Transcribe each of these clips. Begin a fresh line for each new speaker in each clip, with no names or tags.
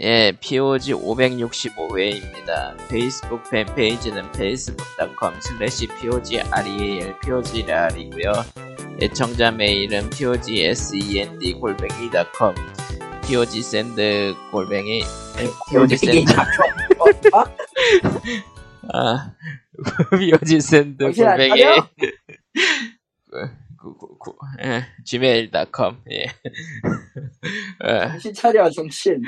예, POG 565회입니다. 페이스북 팬페이지는 facebook.com slash POGREAL POGREAL이고요. 애청자 메일은 E POGSEND-골뱅이.com POGSEND 골뱅이 네, 에, POGSEND 아 POGSEND
정신 안
골뱅이
차려?
구- 구- 구- 예, gmail.com 예. 예,
정신 차려 정신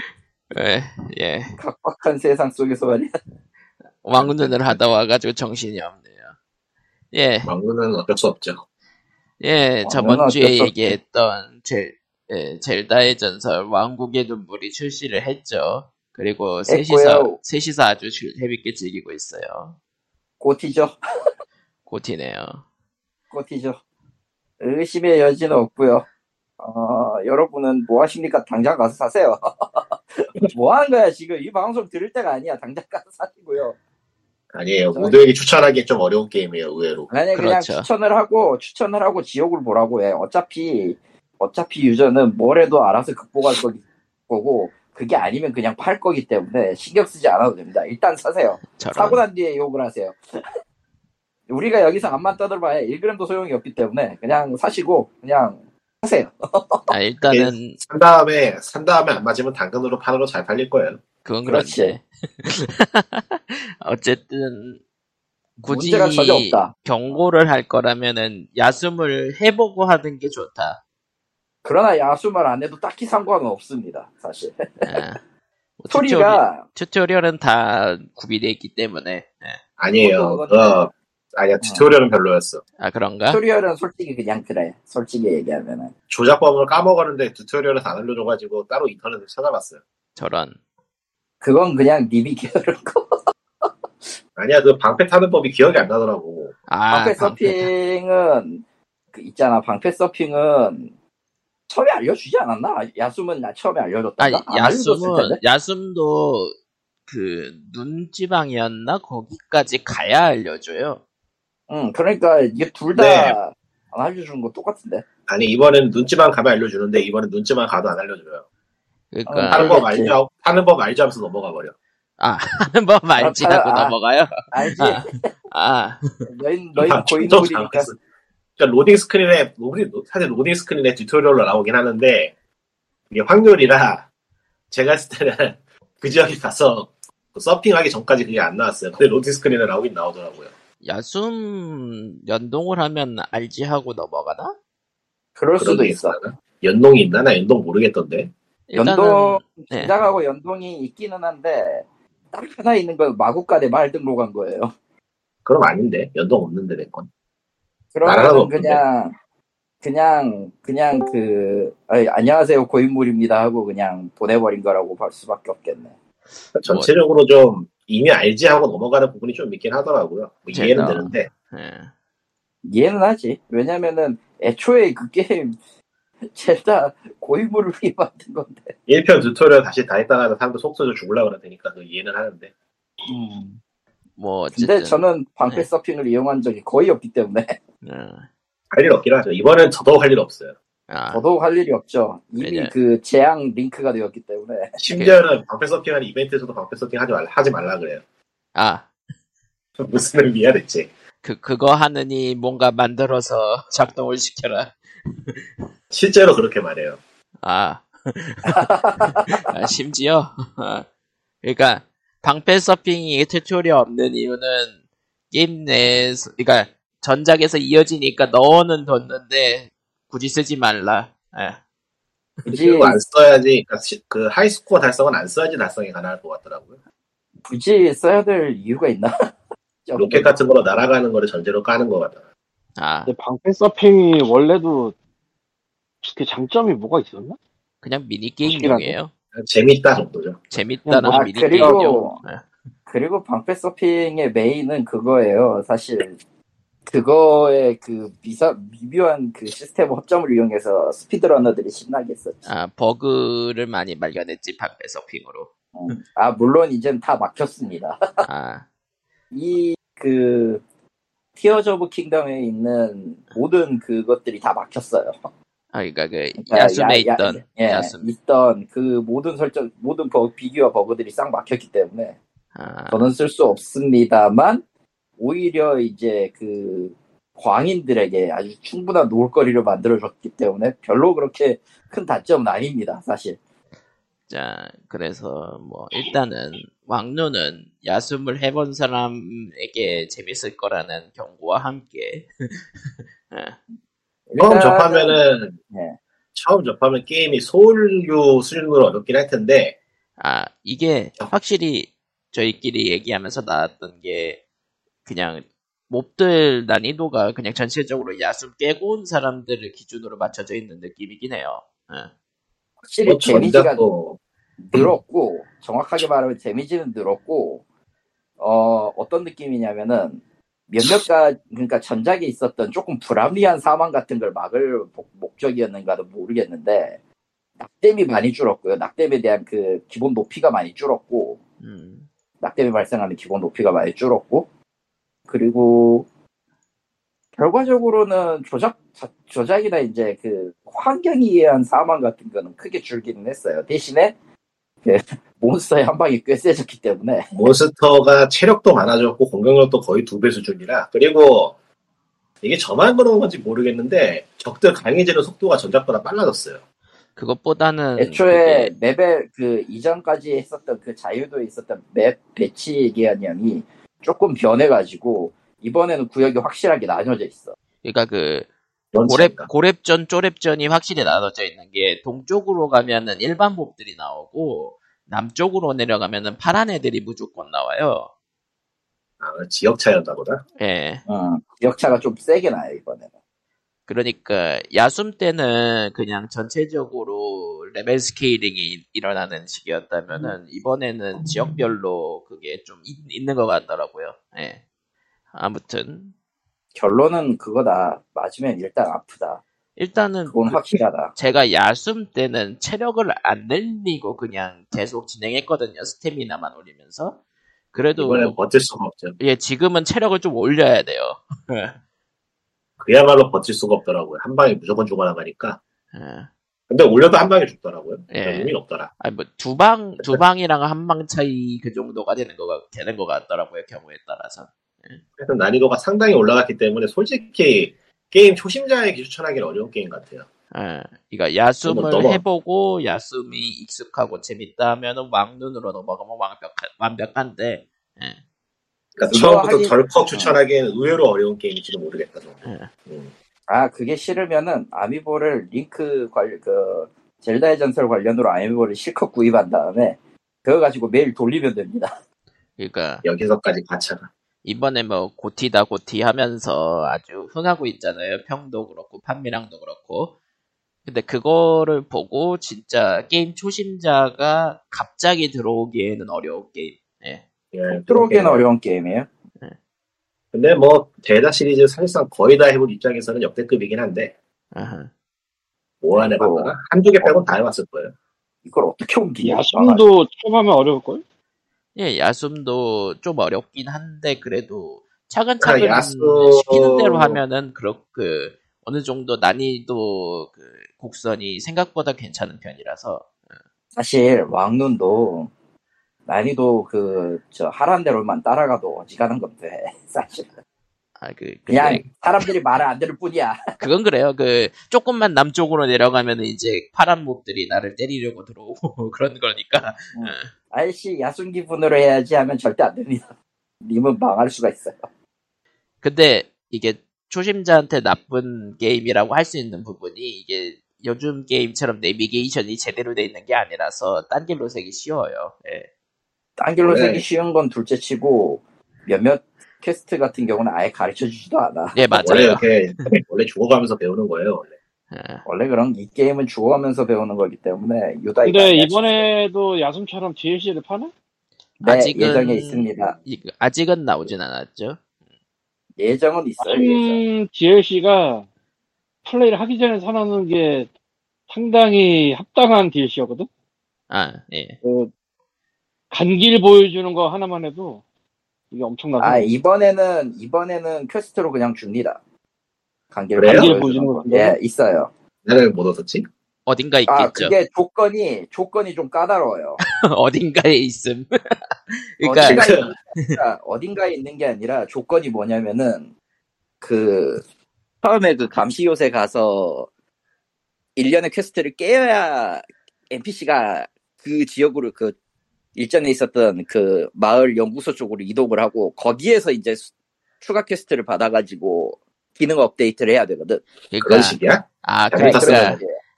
예, 예.
각박한 세상 속에서 말이야
왕눈을 하다 와가지고 정신이 없네요. 예,
망고는 어쩔 수 없죠.
예,
왕눈은
저번 주에
어쩔 수 없죠.
얘기했던 젤, 예, 젤다의 전설 왕국의 눈물이 출시를 했죠. 그리고 셋이서,
했고요.
셋이서 아주 즐- 재밌게 즐기고 있어요.
고티죠
고티네요.
고티죠 의심의 여지는 없고요 어, 여러분은 뭐 하십니까 당장 가서 사세요 뭐 하는 거야 지금 이 방송 들을 때가 아니야 당장 가서 사시고요 음,
아니에요. 모두에게 추천하기 좀 어려운 게임이에요, 의외로.
아니 그냥
그렇죠.
추천을 하고 추천을 하고 지옥을 보라고 해 어차피 어차피 유저는 뭘 해도 알아서 극복할 거기- 거고 그게 아니면 그냥 팔 거기 때문에 신경 쓰지 않아도 됩니다 일단 사세요
저런.
사고 난 뒤에 욕을 하세요. 우리가 여기서 암만 떠들봐야 1g도 소용이 없기 때문에 그냥 사시고 그냥 하세요.
아, 일단은
예.
산 다음에, 산 다음에 안 맞으면 당근으로 판으로 잘 팔릴 거예요.
그건
그렇지.
그렇지. 어쨌든 굳이
문제가 전혀 없다.
경고를 할 거라면은 야숨을 해보고 하는 게 좋다.
그러나 야수말 안 해도 딱히 상관은 없습니다. 사실
아. 뭐
소리가
튜토리얼은 다 구비되어 있기 때문에 예.
아니에요.
그것도 그렇네.
어, 아니야, 튜토리얼은 별로였어.
아 그런가?
소리얼은 솔직히 그냥 그래. 솔직히 얘기하면은
조작법을 까먹었는데 튜토리얼을 안 알려줘가지고 따로 인터넷을 찾아봤어요.
저런
그건 그냥 니비 계열을 거.
아니야, 그 방패 타는 법이 기억이 안 나더라고.
아 방패.
방패 서핑은 그 있잖아. 방패 서핑은 처음에 알려주지 않았나? 야숨은 나 처음에 알려줬다.
아 야숨은 야숨도 그 눈지방이었나 거기까지 가야 알려줘요.
응, 그러니까 이게 둘 다
네.
안 알려주는 거 똑같은데.
아니, 이번엔 눈치만 가면 알려주는데, 이번엔 눈치만 가도 안 알려줘요.
그러니까
타는
다른
법
알겠지.
알죠? 타는 법 알죠 하면서 넘어가 버려.
하는 법 알지
아,
하고
아. 예.
넘어가요.
알지?
아. 아
너희 너희
아, 좀
고인물이니까
잘못했어. 그러니까 로딩 스크린에 로딩, 사실 로딩 스크린에 튜토리얼로 나오긴 하는데 이게 확률이라 제가 했을 때는 그 지역에 가서 그 서핑하기 전까지 그게 안 나왔어요. 근데 로딩 스크린에 나오긴 나오더라고요.
야숨 연동을 하면 알지 하고 넘어가나?
그럴
그런
수도
게
있어.
있나? 연동이 있나? 나 연동 모르겠던데.
일단은
연동
네.
시작하고 연동이 있기는 한데 딱 하나 있는 건 마구간에 말등록한 거예요.
그럼 아닌데 연동 없는데 내 건. 나라가
그러면
없는데.
그냥 그냥 그냥 그 아이, 안녕하세요 고인물입니다 하고 그냥 보내버린 거라고 볼 수밖에 없겠네. 뭐.
그러니까 전체적으로 좀 이미 알지 하고 넘어가는 부분이 좀 있긴 하더라고요. 뭐 이해는
제가-
되는데
예.
이해는 하지. 왜냐면은 애초에 그 게임 젤다 고인물을 위해 만든 건데.
1편 튜토리얼 다시 다 했다가 사람들 속서져 죽으려고 그럴 테니까 그 이해는 하는데
뭐 어쨌든
근데 저는 방패
네.
서핑을 이용한 적이 거의 없기 때문에
예.
할 일 없긴 하죠. 이번엔 더더욱 할 일 없어요.
아,
저도 할 일이 없죠. 이미
왜냐-
그 재앙 링크가 되었기 때문에
심지어는 방패 서핑하는 이벤트에서도 방패 서핑 하지 말라, 하지 말라 그래요.
아,
무슨 의미야 대체.
그 그거 하느니 뭔가 만들어서 작동을 시켜라.
실제로 그렇게 말해요.
아, 아, 심지어 아, 그러니까 방패 서핑이 튜토리얼 없는 이유는 게임 내에서 그러니까 전작에서 이어지니까 넣어는 뒀는데 굳이 쓰지 말라. 아,
굳이
그리고 안 써야지, 그러니까 시- 그 하이스코어 달성은 안 써야지 달성이 가능할 것 같더라고요.
아, 굳이 써야 될 이유가 있나?
로켓 같은 거로 날아가는 거를 전제로 까는 것 같아요.
아,
근데 방패 서핑이 원래도 그 장점이 뭐가 있었나?
그냥 미니 게임용이에요.
확실하게?
그냥 재밌다 정도죠.
재밌다는
아,
미니
그리고-
게임용. 아,
그리고 방패 서핑의 메인은 그거예요. 사실 그거의 그 미사 미묘한 그 시스템 허점을 이용해서 스피드러너들이 신나게 했었지.
아, 버그를 많이 발견했지 방패 서핑으로.
음. 아 물론 이젠 다 막혔습니다.
아,
이 그 티어즈 오브 킹덤에 있는 모든 그것들이 다 막혔어요.
아, 그러니까 그
야,
야숨에
야,
있던
예,
야숨.
있던 그 모든 설정, 모든 버, 비교와 버그들이 싹 막혔기 때문에
아,
저는 쓸 수 없습니다만 오히려 이제 그 광인들에게 아주 충분한 놀거리를 만들어줬기 때문에 별로 그렇게 큰 단점은 아닙니다, 사실.
자, 그래서 뭐 일단은 왕노는 야숨을 해본 사람에게 재밌을 거라는 경고와 함께
처음
일단은-
접하면은
예.
처음 접하면 게임이 소울류 수준으로 어렵긴 할 텐데
아 이게 확실히 저희끼리 얘기하면서 나왔던 게 그냥 몹들 난이도가 그냥 전체적으로 야숨 깨고 온 사람들을 기준으로 맞춰져 있는 느낌이긴 해요. 예. 응.
확실히
뭐
데미지가
전작도
늘었고 정확하게 말하면 데미지는 늘었고 어 어떤 느낌이냐면은 몇몇가 그러니까 전작에 있었던 조금 불합리한 사망 같은 걸 막을 목- 목적이었는가도 모르겠는데 낙뎀이 많이 줄었고요 낙뎀에 대한 그 기본 높이가 많이 줄었고
음.
낙뎀이 발생하는 기본 높이가 많이 줄었고 그리고 결과적으로는 조작 자- 조작이나 이제 그 환경에 의한 사망 같은 거는 크게 줄기는 했어요. 대신에 그 몬스터의 한 방이 꽤 세졌기 때문에
음,
몬스터가 체력도 많아졌고 공격력도 거의 두 배 수준이라 그리고 이게 저만 그런 건지 모르겠는데 적들 강해지는 속도가 전작보다 빨라졌어요.
그것보다는
애초에
그게-
맵에 그 이전까지 했었던 그 자유도에 있었던 맵 배치 개념이 조금 변해가지고 이번에는 구역이 확실하게 나뉘어져 있어.
그러니까 그
그런
고렙
차이가.
고렙전 쪼렙전이 확실히 나눠져 있는 게 동쪽으로 가면은 일반 몹들이 나오고 남쪽으로 내려가면은 파란 애들이 무조건 나와요.
아, 지역 차이였나 보다.
예.
어, 역차가 좀 세게 나요 이번에는.
그러니까 야숨 때는 그냥 전체적으로 레벨 스케일링이 일어나는 시기였다면은 이번에는 지역별로 그게 좀 있, 있는 것 같더라고요. 예. 아무튼
결론은 그거다. 맞으면 일단 아프다.
일단은
그건 확실하다.
제가 야숨 때는 체력을 안 늘리고 그냥 계속 진행했거든요. 스태미나만 올리면서. 그래도
이번엔 버틸 수가 없죠.
예, 지금은 체력을 좀 올려야 돼요.
그야말로 버틸 수가 없더라고요. 한 방에 무조건 죽어나가니까.
예.
근데 올려도 한 방에 죽더라고요.
예.
별 의미는 없더라.
아니 뭐두 방 두 방이랑 한 방 차이 그 정도가 되는 거 되는 것 같더라고요. 경우에 따라서.
그래서 난이도가 상당히 올라갔기 때문에 솔직히 게임 초심자에게 추천하기는 어려운 게임 같아요.
예. 그러니까
넘어,
야숨을
넘어.
해보고 야숨이 익숙하고 재밌다면은 왕눈으로 넘어가면 완벽한 완벽한데. 예.
그러니까
그거 어.
처음부터
하긴-
덜컥 추천하기에는 의외로 어려운 게임인지도 모르겠다. 저는.
아 그게 싫으면은 아미보를 링크 관련 그 젤다의 전설 관련으로 아미보를 실컷 구입한 다음에 그거 가지고 매일 돌리면 됩니다.
그러니까
여기서까지 가차가.
이번에 뭐 고티다 고티 하면서 아주 흥하고 있잖아요. 평도 그렇고 판미랑도 그렇고. 근데 그거를 보고 진짜 게임 초심자가 갑자기 들어오기에는 어려운 게임. 예.
예,
들어오기는
그렇게.
어려운 게임이에요.
근데 뭐 대다 시리즈 사실상 거의 다 해본 입장에서는 역대급이긴 한데
아하.
뭐 안 해봤거나 한두 개 빼고 다 해봤을 거예요.
이걸 어떻게 옮기냐?
야숨도 처음하면 어려울걸?
예, 야숨도 좀 어렵긴 한데 그래도 차근차근
그러니까 야숨-
시키는 대로 하면은 그렇 그 어느 정도 난이도 그 곡선이 생각보다 괜찮은 편이라서
사실 왕눈도 난이도 그 저 하란 대로만 따라가도 어지간한 건데 사실
아그
네.
그냥 사람들이 말을 안 들을 뿐이야.
그건 그래요. 그 조금만 남쪽으로 내려가면 이제 파란 몹들이 나를 때리려고 들어오고 그런 거니까.
아이씨 야순 기분으로 해야지 하면 절대 안 됩니다. 님은 망할 수가 있어요.
근데 이게 초심자한테 나쁜 게임이라고 할 수 있는 부분이 이게 요즘 게임처럼 내비게이션이 제대로 돼 있는 게 아니라서 딴 길로 새기 쉬워요. 예.
딴 길로
네.
세기 쉬운 건 둘째 치고 몇몇 퀘스트 같은 경우는 아예 가르쳐 주지도 않아.
예,
원래
맞아요.
이렇게 원래 죽어가면서 배우는 거예요. 원래.
예.
원래 그럼 이 게임은 죽어가면서 배우는 거기 때문에 유다이
근데 이번에도 아, 야숨처럼 DLC를 파나?
네,
아직은-
예정에 있습니다.
이- 아직은 나오진 않았죠.
예정은 있어요. 예정.
음, DLC가 플레이를 하기 전에 사놓는 게 상당히 합당한 DLC였거든?
아, 예.
그, 간길 보여주는 거 하나만 해도 이게 엄청나서
아 이번에는 이번에는 퀘스트로 그냥 줍니다. 간기를
그래요?
보여주는
보여주는
거.
건가요?
예, 있어요.
나를 못 얻었지?
어딘가 있겠죠.
아 그게 조건이 조건이 좀 까다로워요.
어딘가에 있음. 그러니까
어딘가에,
그-
있는 게 아니라, 어딘가에 있는 게 아니라 조건이 뭐냐면은 그 처음에 그 감시 요새 가서 일련의 퀘스트를 깨야 NPC가 그 지역으로 그 일전에 있었던 그 마을 연구소 쪽으로 이동을 하고 거기에서 이제 수- 추가 퀘스트를 받아가지고 기능 업데이트를 해야 되거든.
그런
그러니까
식이야?
아
그래,
그러니까
그래.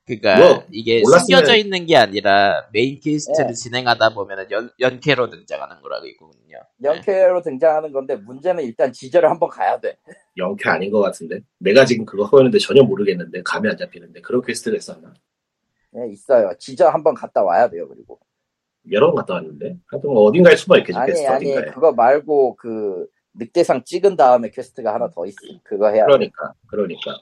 그러니까,
그래가지고
뭐,
이게
몰랐으면-
숨겨져 있는 게 아니라 메인
네.
퀘스트를 진행하다 보면은 연 연캐로 등장하는 거라고 있군요.
연패로 등장하는 건데 문제는 일단 지절을 한번 가야 돼.
영캐 아닌 것 같은데. 내가 지금 그거 하는데 전혀 모르겠는데 감이 안 잡히는데 그런 퀘스트를 했었나?
예, 있어요. 지절 한번 갔다 와야 돼요. 그리고
여러 번 갔다 왔는데 하여튼 뭐 어딘가에 숨어있겠지
아니
퀘스트
아니
어딘가에.
그거 말고 그 늑대상 찍은 다음에 퀘스트가 하나 더 있어 그거 해야 돼
그러니까 그러니까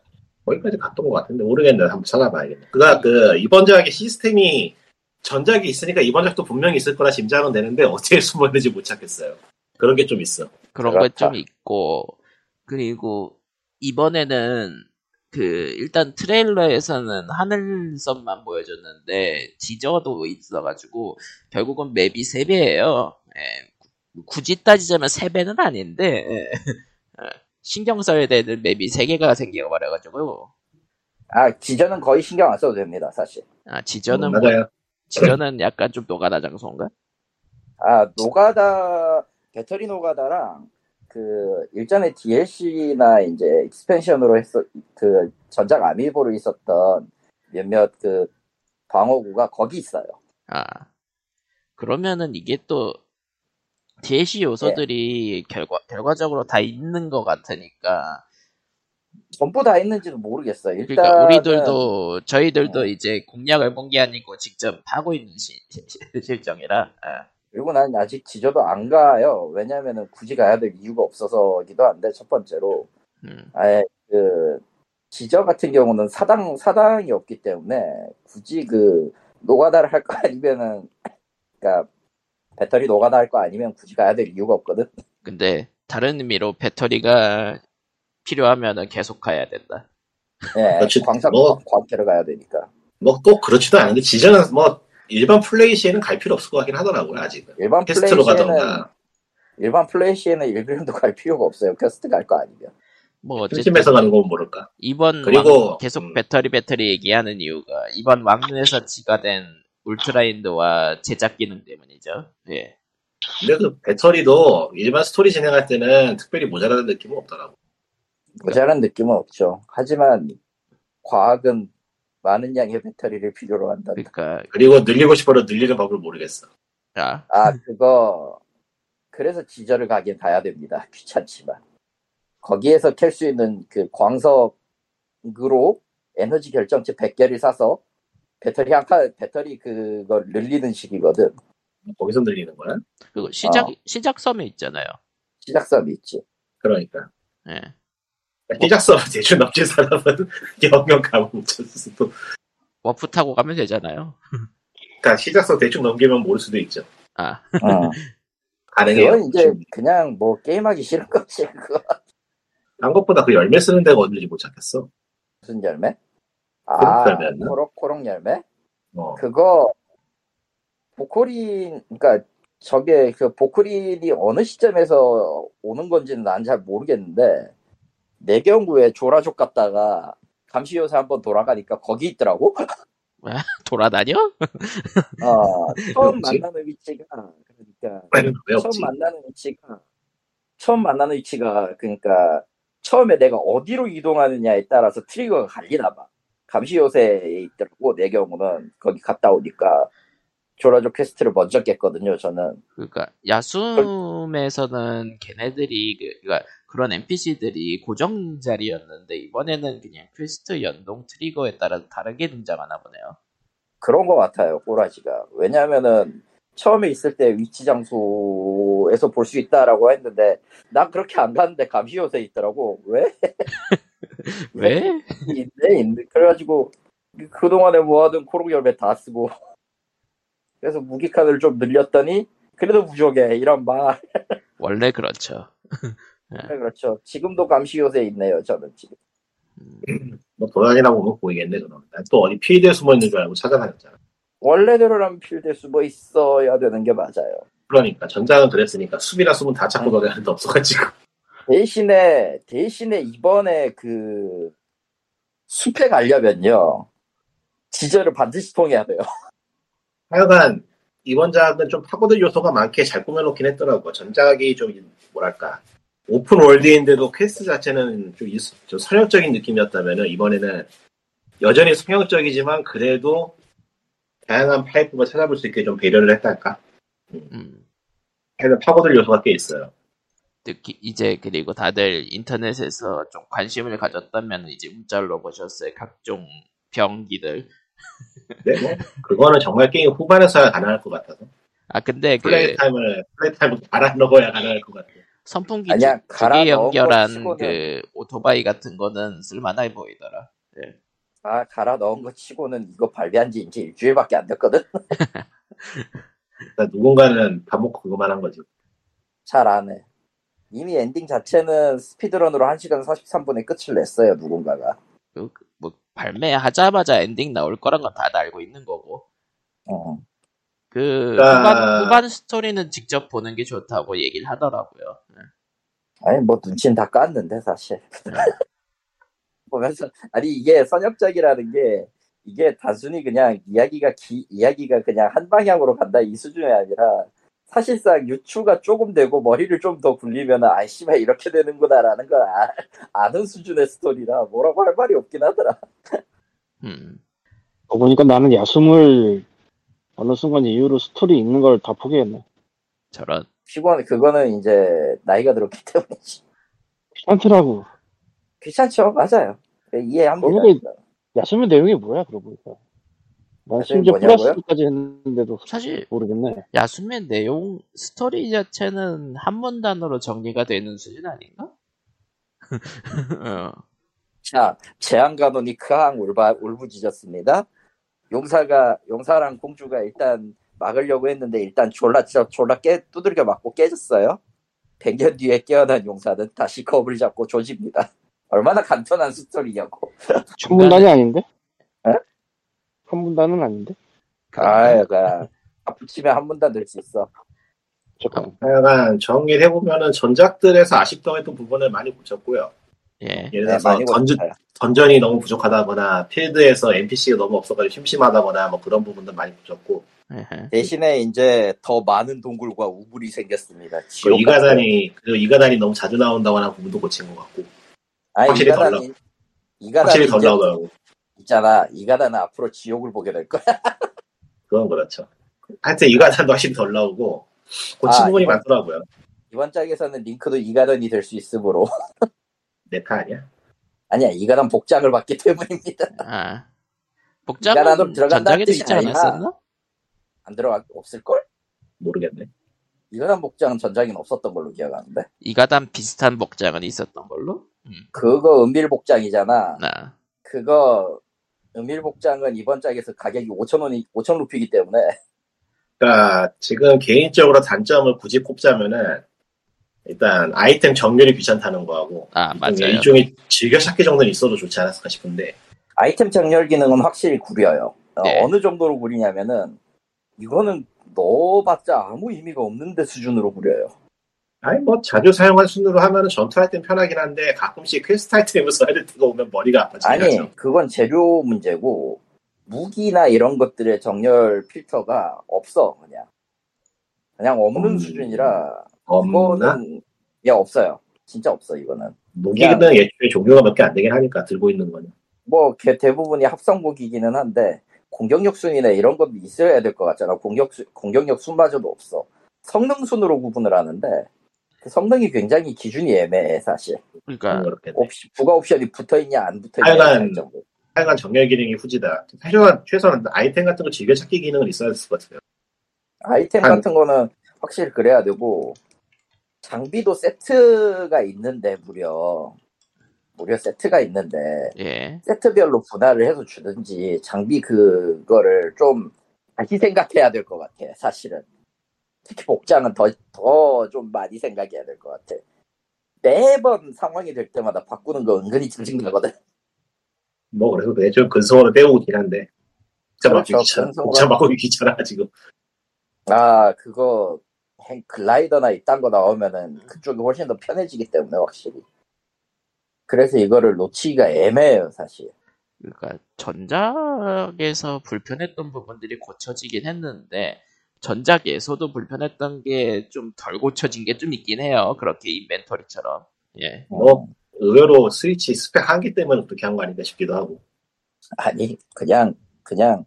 거기까지 갔던 것 같은데 모르겠네 한번 찾아봐야겠네. 그가 그 이번 작의 시스템이 전작이 있으니까 이번 작도 분명히 있을 거라 짐작은 되는데 어떻게 숨어있는지 못 찾겠어요. 그런 게 좀 있어.
그런 것
그렇죠.
그렇다.
좀 있고 그리고 이번에는 그 일단 트레일러에서는 하늘선만 보여줬는데 지저도 있어가지고 결국은 맵이 3배예요. 굳이 따지자면 3배는 아닌데 예. 예. 신경 써야 되는 맵이 3개가 생겨버려가지고
아 지저는 거의 신경 안 써도 됩니다 사실
아, 지저는 뭐-
맞아요.
지저는 약간 좀 노가다 장소인가?
아 노가다 배터리 노가다랑 그 일전에 DLC나 이제 익스펜션으로 했어 그 전작 아미보로 있었던 몇몇 그 방어구가 거기 있어요
아, 그러면은 이게 또 DLC 요소들이 결과, 결과적으로 다 있는 것 같으니까.
전부 다 있는지도 모르겠어 요 일단
그러니까 우리들도, 저희들도
어.
음.
이제 공략을 본 게 아니고 직접 하고 있는 시- 시- 시- 실정이라. 아,
그리고 난 아직 지저도 안 가요 왜냐면은 굳이 가야 될 이유가 없어서기도 한데 첫 번째로
음.
아예 그 지저 같은 경우는 사당 사당이 없기 때문에 굳이 그 노가다를 할 거 아니면은 그러니까 배터리 노가다 할 거 아니면 굳이 가야 될 이유가 없거든.
근데 다른 의미로 배터리가 필요하면은 계속 가야 된다.
예,
그렇지.
광산
뭐.
광태로 가야 되니까
뭐 꼭 그렇지도 않은데 지저는 뭐 일반 플레이 시에는 갈 필요 없을 것 같긴 하더라고요 아직은.
일반
퀘스트로
플레이시에는
가던가
일반 플레이시에는 일그램도 갈 필요가 없어요. 퀘스트 갈 거 아니면
뭐 어쨌든
심심해서 가는 건 모를까.
이번
그리고,
왕- 계속
음.
배터리 배터리 얘기하는 이유가 이번 왕눈에서 지가된 울트라인드와 제작 기능 때문이죠. 예.
근데 그 배터리도 일반 스토리 진행할 때는 특별히 모자라는 느낌은 없더라고.
모자란 느낌은 없죠. 하지만 과학은 많은 양의 배터리를 필요로 한다.
그러니까
그리고 늘리고 싶어도 늘리는 법을 모르겠어.
아,
아
음.
그거 그래서 지저를 가긴 가야 됩니다 귀찮지만 거기에서 캘 수 있는 그 광석으로 에너지 결정체 100개를 사서 배터리 한 칸, 배터리 그걸 늘리는 식이거든
거기서 늘리는 거야.
그리고 시작
어.
시작 섬에 있잖아요.
시작점이 있지
그러니까.
예.
시작서 대충 넘친 사람은 영영 감없었어 그러니까
워프 타고 가면 되잖아요.
시작서 대충 넘기면 모를 수도 있죠.
아,
어.
가능해요.
그건 이제 그냥 뭐 게임하기 싫은 거지 그거
딴 것보다 그 열매 쓰는 데가 어딘지 못 찾겠어.
무슨 열매? 아
코록 열매였나?
코록 코록 열매?
어.
그거 보코린 그러니까 저게 그 보코린이 어느 시점에서 오는 건지는 난 잘 모르겠는데 내 경우에 조라족 갔다가 감시 요새 한번 돌아가니까 거기 있더라고.
돌아다녀?
어, 처음
뭐지?
만나는 위치가 그러니까
왜
처음
없지?
만나는 위치가 처음 만나는 위치가 그러니까 처음에 내가 어디로 이동하느냐에 따라서 트리거가 갈리나 봐. 감시 요새에 있더라고 내 경우는 거기 갔다 오니까 조라조 퀘스트를 먼저 깼거든요 저는.
그러니까 야숨에서는 걔네들이 그, 그러니까 그런 NPC들이 고정 자리였는데 이번에는 그냥 퀘스트 연동 트리거에 따라 다르게 등장하나 보네요.
그런 것 같아요, 꼬라지가. 왜냐면은, 처음에 있을 때 위치 장소에서 볼 수 있다라고 했는데, 난 그렇게 안 갔는데 감시 요새 있더라고. 왜?
왜?
있네, 있네. 그래가지고, 그동안에 모아둔 코르기 열매 다 쓰고, 그래서 무기칸을 좀 늘렸더니, 그래도 부족해. 이런 말.
원래 그렇죠.
그렇죠. 지금도 감시 요새 있네요, 저는 지금.
뭐 돌아다니다 보면 보이겠네 그러면. 난또 어디 필드에 숨어 있는 줄 알고 찾아다녔잖아.
원래대로라면 필드에 숨어 있어야 되는 게 맞아요.
그러니까 전장은 그랬으니까 숲이나 숲은 다
음.
찾고 돌아다니는데 없어가지고
대신에 대신에 이번에 그 숲에 가려면요 지저를 반드시 통해야 돼요.
하여간 이번 작은 좀 파고들 요소가 많게 잘 꾸며놓긴 했더라고. 전작이 좀 뭐랄까 오픈 월드인데도 퀘스트 자체는 좀, 이- 좀 서형적인 느낌이었다면은 이번에는 여전히 서형적이지만 그래도 다양한 파이프가 찾아볼 수 있게 좀 배려를 했달까.
음,
하여간 파고들 요소가 꽤 있어요.
특히 이제 그리고 다들 인터넷에서 좀 관심을 가졌다면 이제 문자로 보셨을 각종 병기들.
근데 뭐 그거는 정말 게임 후반에서야 가능할 것 같아서
아 근데 그
플레이 타임을 플레이 타임을 갈아 넣어야 가능할 것 같아.
선풍기
아니야,
두-
갈아
두개
넣은 거
연결한
치고는.
그 오토바이 같은 거는 쓸만해 보이더라.
아 갈아 넣은 거 치고는 이거 발매한 지 이제 일주일밖에 안 됐거든.
그러니까 누군가는 밥 먹고 그거만 한 거지.
잘 안 해. 이미 엔딩 자체는 스피드런으로 1시간 43분에 끝을 냈어요 누군가가.
그- 그뭐 발매하자마자 엔딩 나올 거란 건 다 알고 있는 거고.
어.
그
아.
후반, 후반 스토리는 직접 보는 게 좋다고 얘기를 하더라고요.
아니 뭐 눈치는 다 깠는데 사실. 보면서 아니 이게 선협작이라는 게 이게 단순히 그냥 이야기가 기, 이야기가 그냥 한 방향으로 간다 이 수준이 아니라 사실상 유추가 조금 되고 머리를 좀 더 굴리면 아씨발 이렇게 되는구나라는 걸 아, 아는 수준의 스토리라 뭐라고 할 말이 없긴 하더라.
음.
그러고 보니까 나는 야숨을 어느 순간 이후로 스토리 있는 걸 다 포기했네.
저런
피곤 그거는 이제 나이가 들었기 때문이지.
귀찮더라고.
귀찮죠 맞아요. 네, 이해합니다.
어머니, 야숨의 내용이 뭐야, 그러고 보니까. 난
야숨이
심지어
뭐냐고요?
플러스까지 했는데도
사실
모르겠네.
야수면 내용 스토리 자체는 한 문단으로 정리가 되는 수준 아닌가? 어.
자, 제안가노니 크항 울바, 울부짖었습니다. 용사가, 용사랑 공주가 일단 막으려고 했는데 일단 졸라, 쳐- 졸라 깨, 두들겨 맞고 깨졌어요. 100년 뒤에 깨어난 용사는 다시 겁을 잡고 조집니다. 얼마나 간편한 스토리냐고.
한 문단이
네.
중간에
아닌데?
에?
한 문단은 아닌데?
아이가. 붙이면 한 문단 될 수 있어. 어.
잠깐.
하여간 정리를 해보면은 전작들에서 아쉽다고 했던 부분을 많이 고쳤고요.
예.
네,
예를 들어서
많이
던전,
고쳐요.
던전이 너무 부족하다거나 필드에서 NPC가 너무 없어가지고 심심하다거나 뭐 그런 부분도 많이 붙였고
에헤.
대신에 이제 더 많은 동굴과 우물이 생겼습니다.
그
지옥 같은.
이가단이 그 이가단이 너무 자주 나온다거나 부분도 고친 것 같고
아니,
확실히 덜
이가단이- 이가단이
확실히 덜
이제
나오더라고
있잖아. 이가단은 앞으로 지옥을 보게 될 거야.
그건 그렇죠 하여튼 이가단도 확실히 덜 나오고 고친
아,
부분이
이거-
많더라고요
이번 짝에서는 링크도 이가단이 될 수 있으므로
네타 아니야?
아니야 이가단 복장을 받기 때문입니다.
아.
이가라도
복장은
들어간다는
전작에도
뜻이
있지
아니라.
않았었나?
안 들어가 없을 걸?
모르겠네
이가단 복장은 전작엔 없었던 걸로 기억하는데
이가단 비슷한 복장은 있었던 걸로? 음.
그거 은밀 복장이잖아.
아.
그거 은밀 복장은 이번 짝에서 가격이 5천 원이 5천 루피이기 때문에
그러니까 지금 개인적으로 단점을 굳이 꼽자면은 일단 아이템 정렬이 귀찮다는 거하고
아, 맞아요.
일종의 즐겨 찾기 정도는 있어도 좋지 않았을까 싶은데
아이템 장렬 기능은 확실히 구려요. 어,
네.
어느 정도로 구리냐면은 이거는 넣어봤자 아무 의미가 없는데 수준으로 구려요.
아니 뭐 자주 사용한 순으로 하면은 전투할 땐 편하긴 한데 가끔씩 퀘스트 아이템을 써야 될 때가 오면 머리가 아파지긴
아니,
하죠.
그건 재료 문제고, 무기나 이런 것들의 정렬 필터가 없어, 그냥. 그냥 없는
음,
수준이라,
없나?
이거는, 야, 없어요. 진짜 없어, 이거는.
무기는
그냥-
애초에 종류가 몇 개 안 되긴 하니까 들고 있는 거는.
뭐, 걔 대부분이 합성무기기는 한데, 공격력 순이나 이런 것도 있어야 될 것 같잖아. 공격, 수- 공격력 순마저도 없어. 성능 순으로 구분을 하는데, 그 성능이 굉장히 기준이 애매해, 사실.
그러니까
그렇겠네.
옵시, 부가 옵션이 붙어있냐, 안
하여간-
붙어있냐, 정도.
하여간 정렬 기능이 후지다. 최소한, 최소한 아이템 같은 거 즐겨찾기 기능은 있어야 됐을 것 같아요.
아이템
한-
같은 거는 확실히 그래야 되고 장비도 세트가 있는데 무려 무려 세트가 있는데
예.
세트별로 분할을 해서 주든지 장비 그거를 좀 다시 생각해야 될 것 같아 사실은 특히 복장은 더 더 좀 많이 생각해야 될 것 같아 매번 상황이 될 때마다 바꾸는 거 은근히 징징대거든
뭐 그래서 그래 좀 근성으로 때우긴 한데 복잡 맞기
그렇죠.
귀찮아
근성으로.
복잡 맞고 귀찮아 지금
아 그거 행- 글라이더나 이딴 거 나오면은 그쪽이 훨씬 더 편해지기 때문에 확실히 그래서 이거를 놓치기가 애매해요 사실
그러니까 전작에서 불편했던 부분들이 고쳐지긴 했는데 전작에서도 불편했던 게 좀 덜 고쳐진 게 좀 있긴 해요. 그렇게 인벤토리처럼. 예.
뭐 의외로 스위치 스펙 한기 때문에 그렇게 한 거 아닌가 싶기도 하고
아니 그냥 그냥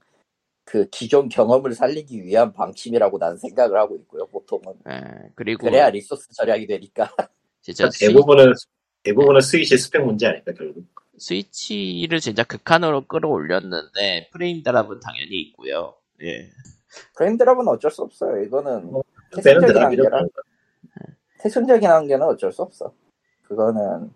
그 기존 경험을 살리기 위한 방침이라고 난 생각을 하고 있고요 보통은
예, 그리고
그래야 리소스 절약이 되니까
진짜 스위,
대부분은 대부분은 스위치 스펙 문제 아닐까 결국
스위치를 진짜 극한으로 끌어올렸는데 프레임 드랍은 당연히 있고요. 예.
프레임 드랍은 어쩔 수 없어요 이거는
어, 빼는
태생적인
대답이라고
한계라 태생적인 한계는 어쩔 수 없어 그거는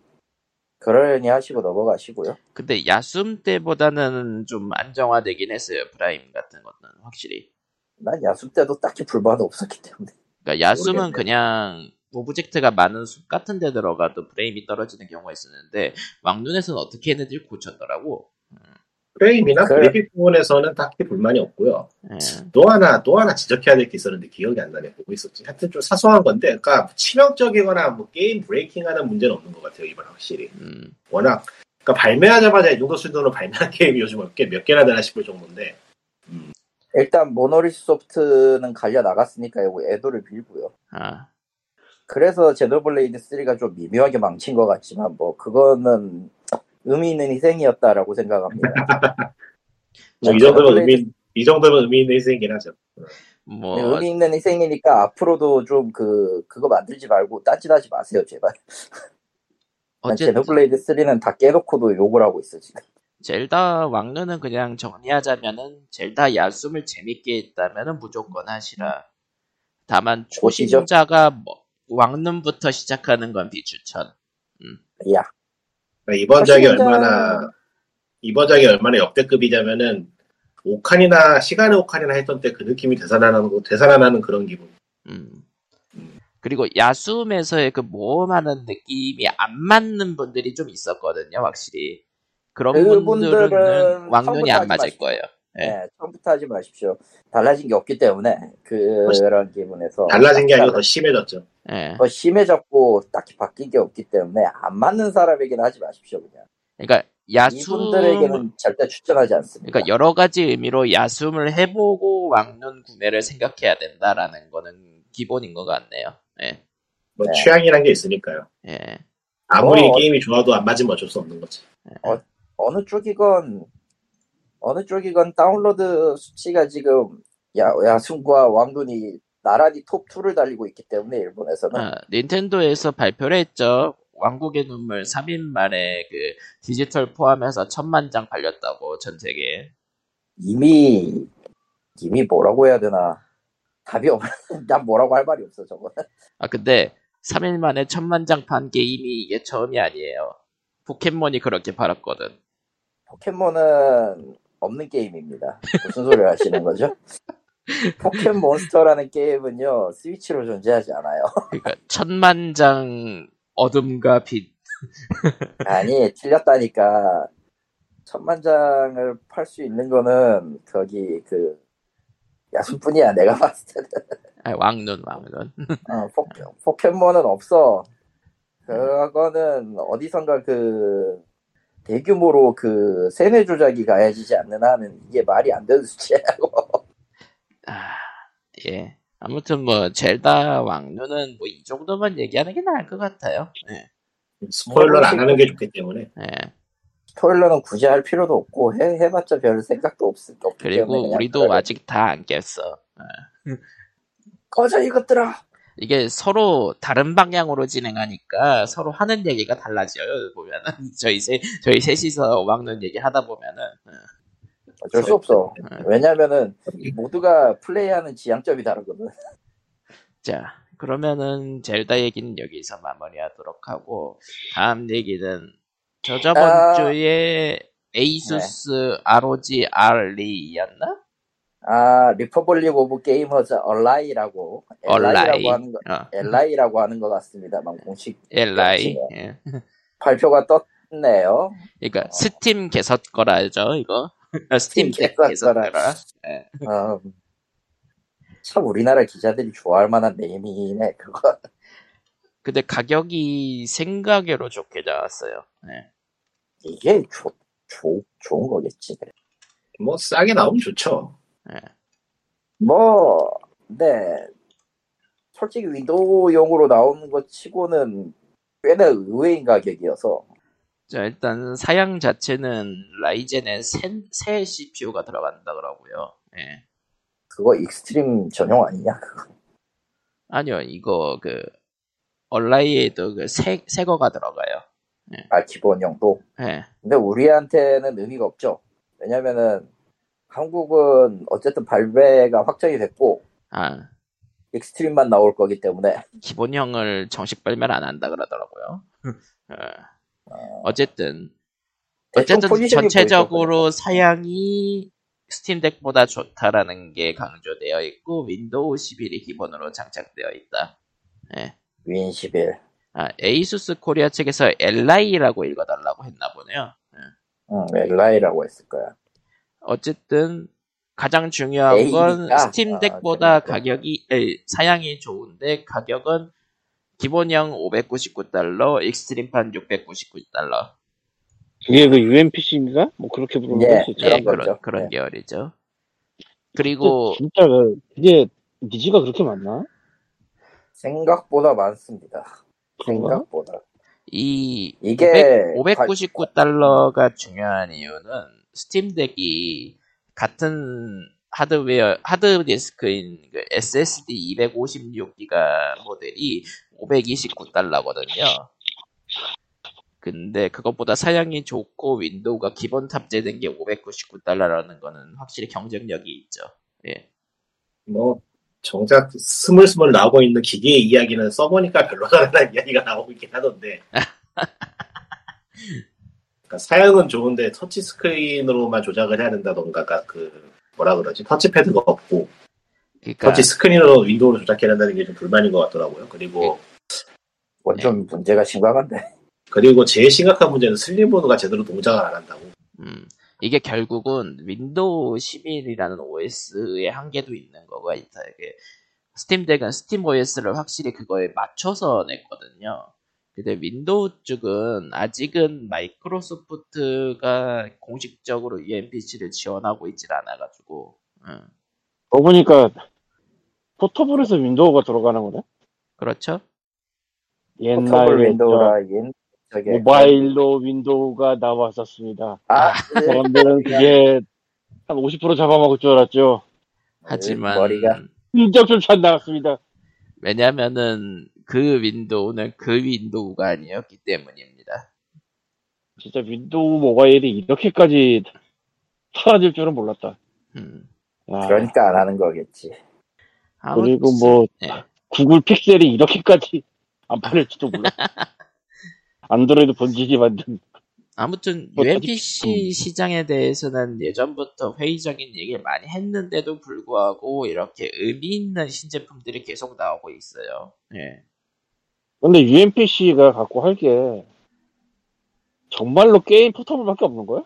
그러려니 하시고 넘어가시고요
근데 야숨 때보다는 좀 안정화되긴 했어요. 프라임 같은 거는 확실히.
난 야수 때도 딱히 불만 없었기 때문에
그러니까 야숨은
모르겠네요.
그냥 오브젝트가 많은 숲 같은 데 들어가도 프레임이 떨어지는 경우가 있었는데 왕눈에서는 어떻게 했는지 고쳤더라고.
프레임이나
그래.
그래픽 부분에서는 딱히 불만이 없고요
예.
또 하나 또 하나 지적해야 될 게 있었는데 기억이 안 나네 보고 있었지 하여튼 좀 사소한 건데 그러니까 치명적이거나 뭐 게임 브레이킹하는 문제는 없는 것 같아요 이번 확실히
음,
워낙 그러니까 발매하자마자 이 정도 수준으로 발매한 게임이 요즘 몇 개 몇 개나 되나 싶을 정도인데
일단 모노리스 소프트는 갈려 나갔으니까 이거 애도를 빌고요.
아,
그래서 제노블레이드 3가 좀 미묘하게 망친 것 같지만 뭐 그거는 의미 있는 희생이었다라고 생각합니다.
뭐이
제노블레이드-
정도면 의미 이 정도면 의미 있는 생긴 하죠
뭐
네, 의미 있는 희생이니까 앞으로도 좀 그 그거 만들지 말고 딴짓하지 마세요 제발. 난
어쨌든
제노블레이드 3는 다 깨놓고도 욕을 하고 있어 지금.
젤다 왕눈은 그냥 정리하자면은 젤다 야숨을 재밌게 했다면은 무조건 하시라. 다만 초심자가 뭐- 왕눈부터 시작하는 건 비추천.
야
그러니까 이번 작이
사실은-
얼마나 이번 작이 얼마나 역대급이냐면은 오칸이나 시간의 오칸이나 했던 때 그 느낌이 되살아나는 거- 되살아나는 그런 기분
음. 그리고 야숨에서의 그 모험하는 느낌이 안 맞는 분들이 좀 있었거든요, 확실히. 그런
그분들은
분들은 왕눈이
처음부터
안 맞을
하지 마십시오.
거예요. 네.
네, 처음부터 하지 마십시오. 달라진 게 없기 때문에 그런 기분에서
달라진 게 아니고 더 심해졌죠
예.
더 심해졌고 딱히 바뀐 게 없기 때문에 안 맞는 사람에게는 하지 마십시오 그냥
그러니까 야숨
이분들에게는 절대 추천하지 않습니다
그러니까 여러 가지 의미로 야숨을 해보고 왕눈 구매를 생각해야 된다라는 거는 기본인 것 같네요. 예.
뭐
네.
취향이란 게 있으니까 요
예.
아무리
어,
게임이 좋아도 안 맞으면 어쩔 수 없는 거지.
어느 쪽이건 어느 쪽이건 다운로드 수치가 지금 야, 야순과 왕눈이 나란히 톱2를 달리고 있기 때문에 일본에서는
아, 닌텐도에서 발표를 했죠. 왕국의 눈물 3인 만에 그 디지털 포함해서 천만 장 팔렸다고 전 세계에.
이미 이미 뭐라고 해야 되나 답이 없. 난 뭐라고 할 말이 없어 저거.
아 근데 3일 만에 천만 장 판 게임이 이게 처음이 아니에요. 포켓몬이 그렇게 팔았거든.
포켓몬은 없는 게임입니다. 무슨 소리를 하시는 거죠? 포켓몬스터라는 게임은요 스위치로 존재하지 않아요.
그러니까 천만 장 어둠과 빛.
아니 틀렸다니까 천만 장을 팔 수 있는 거는 거기 그 야수뿐이야 내가 봤을 때는
아, 왕눈 왕눈.
어, 포, 포켓몬은 없어 그거는 어디선가 그 대규모로 그 세뇌 조작이 가해지지 않는 한은 이게 말이 안 되는 수치야
아, 예. 아무튼 뭐 젤다 왕눈은 뭐 이 정도만 얘기하는 게 나을 것 같아요. 예.
어,
스포일러를 안 하는 게 좋기 때문에.
예.
스포일러는 굳이 할 필요도 없고 해, 해봤자 별 생각도 없, 없기 때문에
그리고
그냥
우리도
그래.
아직 다 안 깼어.
꺼져 이것들아
이게 서로 다른 방향으로 진행하니까 서로 하는 얘기가 달라져요. 보면은 저희 세 저희 셋이서 왕눈 얘기 하다 보면은 어,
어쩔 수 없어
네.
왜냐면은 모두가 플레이하는 지향점이 다르거든
자, 그러면은 젤다 얘기는 여기서 마무리하도록 하고 다음 얘기는 저 저번
아. 네.
주에 에이수스 ROG RE였나?
아, 리퍼블릭 오브 게이머즈 얼라이라고
얼라이.
엘라이라고 하는 거
어,
엘라이라고 하는 것 같습니다만 공식
엘라이.
그렇지. 어.
예.
발표가 떴 쉽네요.
그러니까 스팀 개서 거라죠 이거. 아, 스팀 개-
개서
개서
거라.
거라.
아, 참 우리나라 기자들이 좋아할 만한 네이밍이네 그거.
근데 가격이 생각외로 좋게 나왔어요. 네.
이게 좋, 좋, 좋은 거겠지.
뭐 싸게 나오면 좋죠.
뭐, 네. 솔직히 윈도우용으로 나오는 것 치고는 꽤나 의외인 가격이어서
자 일단 사양 자체는 라이젠의 새, 새 CPU가 들어간다 그러고요. 예.
그거 익스트림 전용 아니냐? 그
아니요 이거 그 얼라이에도 그새 새거가 들어가요.
아, 기본용도.
예.
근데 우리한테는 의미가 없죠. 왜냐면은 한국은 어쨌든 발매가 확정이 됐고
아
익스트림만 나올 거기 때문에
기본형을 정식 발매를 안 한다 그러더라고요. 어. 어쨌든
대충
어쨌든
아, 포지션이 보이죠,
전체적으로 사양이 스팀덱보다 좋다라는 게 강조되어 있고 윈도우 11이 기본으로 장착되어 있다.
그냥. 윈 11.
아, 에이수스 코리아 측에서 LI라고 읽어달라고 했나 보네요.
응, 엘라이라고 했을 거야.
어쨌든 가장 중요한 건
A니까.
스팀덱보다
아, 그러니까.
가격이 에이, 사양이 좋은데 가격은 기본형 599달러, 익스트림판 699달러.
그게 그 UMPC인가? 뭐 그렇게 부르는
예,
거지.
예,
그런
그런
거죠. 네.
그런 계열이죠.
그리고
그리고
진짜 그- 그게 니즈가 그렇게 많나?
생각보다 많습니다.
그런가?
생각보다.
이
이게
500, 599달러가 중요한 이유는 스팀덱이 같은 하드웨어 하드디스크인 그 SSD 256기가 모델이 529달러거든요. 근데 그것보다 사양이 좋고 윈도우가 기본 탑재된 게 599달러라는 거는 확실히 경쟁력이 있죠. 예.
뭐 정작 스물스물 나오고 있는 기계의 이야기는 써보니까 별로라는 이야기가 나오고 있긴 하던데. 그러니까 사양은 좋은데 터치 스크린으로만 조작을 해야 된다던가 그러니까 그 뭐라 그러지 터치패드가 없고
그러니까
터치 스크린으로 윈도우를 조작해야 된다는 게 좀 불만인 것 같더라고요. 그리고
예.
뭐좀 문제가 심각한데.
그리고 제일 심각한 문제는 슬림보드가 제대로 동작을 안 한다고.
음, 이게 결국은 윈도우 11이라는 OS의 한계도 있는 거가 있다. 이게 스팀덱은 스팀 OS를 확실히 그거에 맞춰서 냈거든요. 근데 윈도우 쪽은 아직은 마이크로소프트가 공식적으로 UMPC를 지원하고 있질 않아가지고, 음,
그러고 보니까 포터블에서 윈도우가 들어가는 거네?
그렇죠?
포터블
옛날에 저
윈도우라 윈 저게
모바일로 윈도우가 나왔었습니다.
아,
사람들은 그게 한 50% 잡아먹을 줄 알았죠.
하지만
머리가
진짜 좀잘 나왔습니다.
왜냐면은 그 윈도우는 그 윈도우가 아니었기 때문입니다.
진짜 윈도우 모바일이 이렇게까지 사라질 줄은 몰랐다.
음,
야,
그러니까 안 하는 거겠지.
그리고
아무튼,
뭐
예.
구글 픽셀이 이렇게까지 안 팔릴지도 몰랐다. 안드로이드 본질이 만든
아무튼
뭐
UMPC 시장에 대해서는 예전부터 회의적인 얘기를 많이 했는데도 불구하고 이렇게 의미 있는 신제품들이 계속 나오고 있어요. 예.
근데 UMPC가 갖고 할 게 정말로 게임 포터블밖에 없는 거야?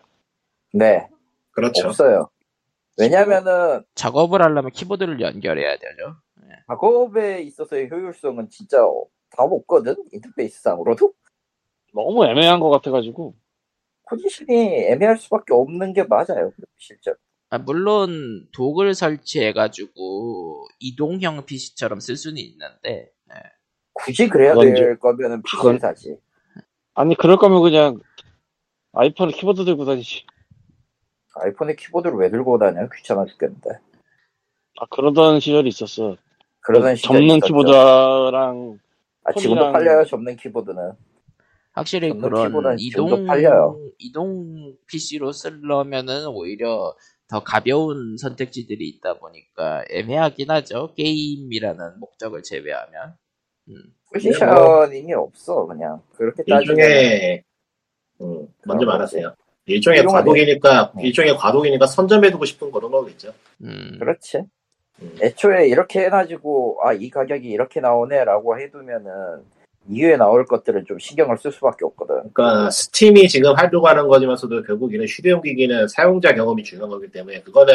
네,
그렇죠.
없어요. 왜냐면은
작업을 하려면 키보드를 연결해야 되죠.
작업에 있어서의 효율성은 진짜 답 없거든 인터페이스상으로도
너무 애매한 것 같아가지고
포지션이 애매할 수밖에 없는 게 맞아요 실제로.
아, 물론 독을 설치해가지고 이동형 PC처럼 쓸 수는 있는데 예.
굳이 그래야
그건
될 거면은
그건-
PC를 사지.
아니 그럴 거면 그냥 아이폰 키보드 들고 다니지
아이폰에 키보드를 왜 들고 다녀? 귀찮아 죽겠는데.
아 그러던 시절이 있었어
그러던 시절이
접는
있었죠.
키보드랑
아, 지금도
폰이랑- 네, 뭐
팔려요 접는 키보드는.
확실히
전동
그런
키보드는
이동
아, 지금도 팔려요.
이동 PC로 쓰려면은 오히려 더 가벼운 선택지들이 있다 보니까 애매하긴 하죠. 게임이라는 목적을 제외하면. 음.
포지셔닝이 없어 그냥 그렇게 따지면
일종의 음, 먼저
그런
아,
말하세요.
뭐,
일종의
일종의-
과도기니까
어.
네.
일종의 과도기니까 선점해두고 싶은 그런 거겠죠.
음.
그렇지.
음.
애초에 이렇게 해가지고 아 이 가격이 이렇게 나오네라고 해두면은 이후에 나올 것들은 좀 신경을 쓸 수밖에 없거든.
그러니까 스팀이 지금 하려고 하는 거지만서도 결국 이런 휴대용 기기는 사용자 경험이 중요한 거기 때문에 그거는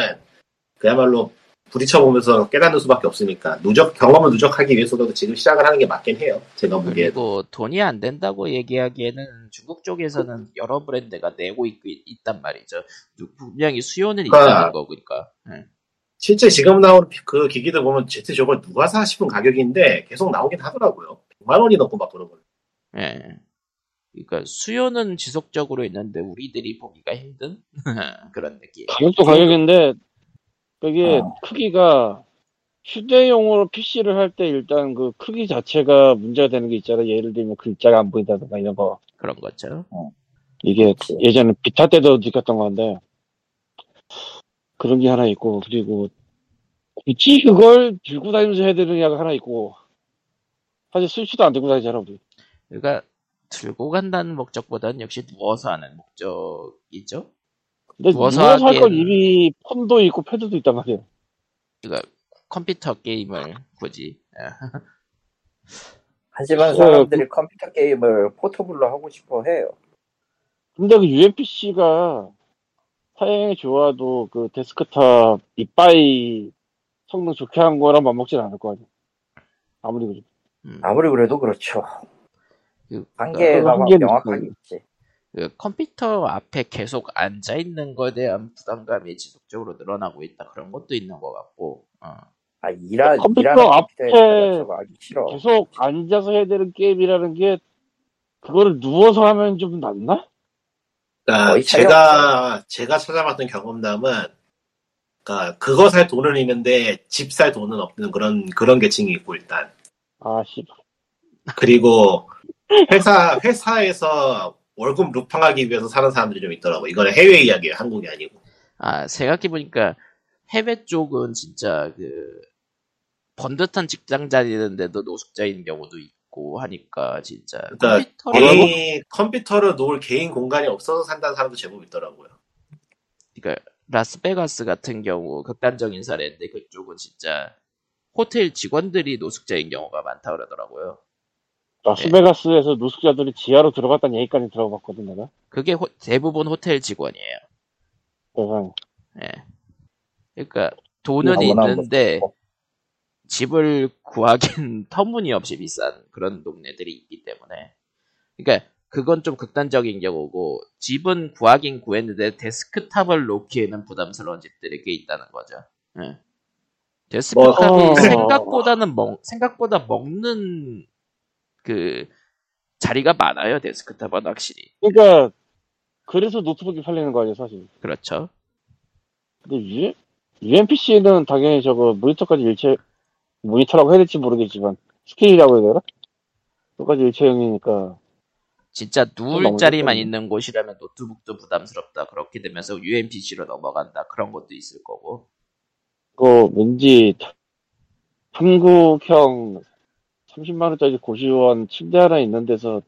그야말로 부딪혀보면서 깨닫는 수밖에 없으니까 누적 경험을 누적하기 위해서도 지금 시작을 하는 게 맞긴 해요. 제가
음.
보기에도.
그리고 돈이 안 된다고 얘기하기에는 중국 쪽에서는 여러 브랜드가 내고 있, 단 말이죠. 누- 분명히 수요는
그러니까-
있다는 거니까. 예.
실제 지금 나온 그 기기들 보면 제트 저걸 누가 사 싶은 가격인데 계속 나오긴 하더라고요. 100만 원이 넘고 막 그런 거.
예. 그러니까 수요는 지속적으로 있는데 우리들이 보기가 힘든 그런 느낌.
가격도 가격인데 그게
어.
크기가 휴대용으로 PC를 할 때 일단 그 크기 자체가 문제가 되는 게 있잖아. 예를 들면 글자가 안 보인다든가 이런 거.
그런 거죠.
이게
그치.
예전에 비타 때도 느꼈던 건데 그런 게 하나 있고 그리고 굳이 그걸 들고 다니면서 해야 되느냐가 하나 있고 사실 스위치도 안 들고 다니잖아 우리.
그러니까 들고 간다는 목적보다는 역시 누워서 하는 목적이죠.
근데
누워서
누워서 할 건
하기에는- 음.
이미 폰도 있고 패드도 있단 말이야.
컴퓨터 게임을 굳이 예.
하지만
어,
사람들이 컴퓨터 게임을 포터블로 하고 싶어 해요.
근데 그 UMPC가 사양이 좋아도 그 데스크탑 이빠이 성능 좋게 한 거랑 맞먹진 않을 거 아니야. 아무리 그래도.
음.
아무리 그래도 그렇죠.
그-
그거
한계가 막
한계는
명확하게
있어요.
있지.
그 컴퓨터 앞에 계속 앉아 있는 거에 대한 부담감이 지속적으로 늘어나고 있다 그런 것도 있는 것 같고 어.
아, 일하,
그러니까 컴퓨터
일하는
앞에
컴퓨터에 앉아서 그렇죠. 뭐 하기 싫어.
계속 앉아서 해야 되는 게임이라는 게 그거를 누워서 하면 좀 낫나?
그러니까
거의 차이
제가 제가 찾아봤던 경험담은 그러니까 그거 살 돈은 있는데 집 살 돈은 없는 그런 그런 계층이 있고 일단
아, 씨.
그리고 회사 회사에서 월급 루팡하기 위해서 사는 사람들이 좀 있더라고. 이거는 해외 이야기예요. 한국이 아니고.
아 생각해 보니까 해외 쪽은 진짜 그 번듯한 직장 자리인데도 노숙자인 경우도 있고 하니까 진짜
그러니까
컴퓨터를
개인 컴퓨터를 놓을 개인 공간이 없어서 산다는 사람도 제법 있더라고요.
그러니까 라스베가스 같은 경우 극단적인 사례인데 그쪽은 진짜 호텔 직원들이 노숙자인 경우가 많다 그러더라고요.
라스베가스에서 노숙자들이 지하로 들어갔다는 얘기까지 들어봤거든, 내가.
그게 호- 대부분 호텔 직원이에요.
세상에.
예. 그러니까 돈은
아무나 한번 어.
있는데
먹고.
집을 구하긴 터무니없이 비싼 그런 동네들이 있기 때문에. 그러니까 그건 좀 극단적인 경우고 집은 구하긴 구했는데 데스크탑을 놓기에는 부담스러운 집들이 꽤 있다는 거죠. 예. 데스크탑이
어.
뭐-
생각보다는 먹, 생각보다 먹는 그 자리가 많아요. 데스크탑은 확실히
그러니까 그래서 노트북이 팔리는 거 아니야, 사실.
그렇죠.
근데 유, UMPC는 당연히 저거 모니터까지 일체 모니터라고 해야 될지 모르겠지만 스크린이라고 해야 되나? 그까지 일체형이니까
진짜 누울
너무
자리만
힘들겠네.
있는 곳이라면 노트북도 부담스럽다. 그렇게 되면서 UMPC로 넘어간다. 그런 것도 있을 거고.
그거 왠지 한국형 30만 원짜리 고시원 침대 하나 있는 데서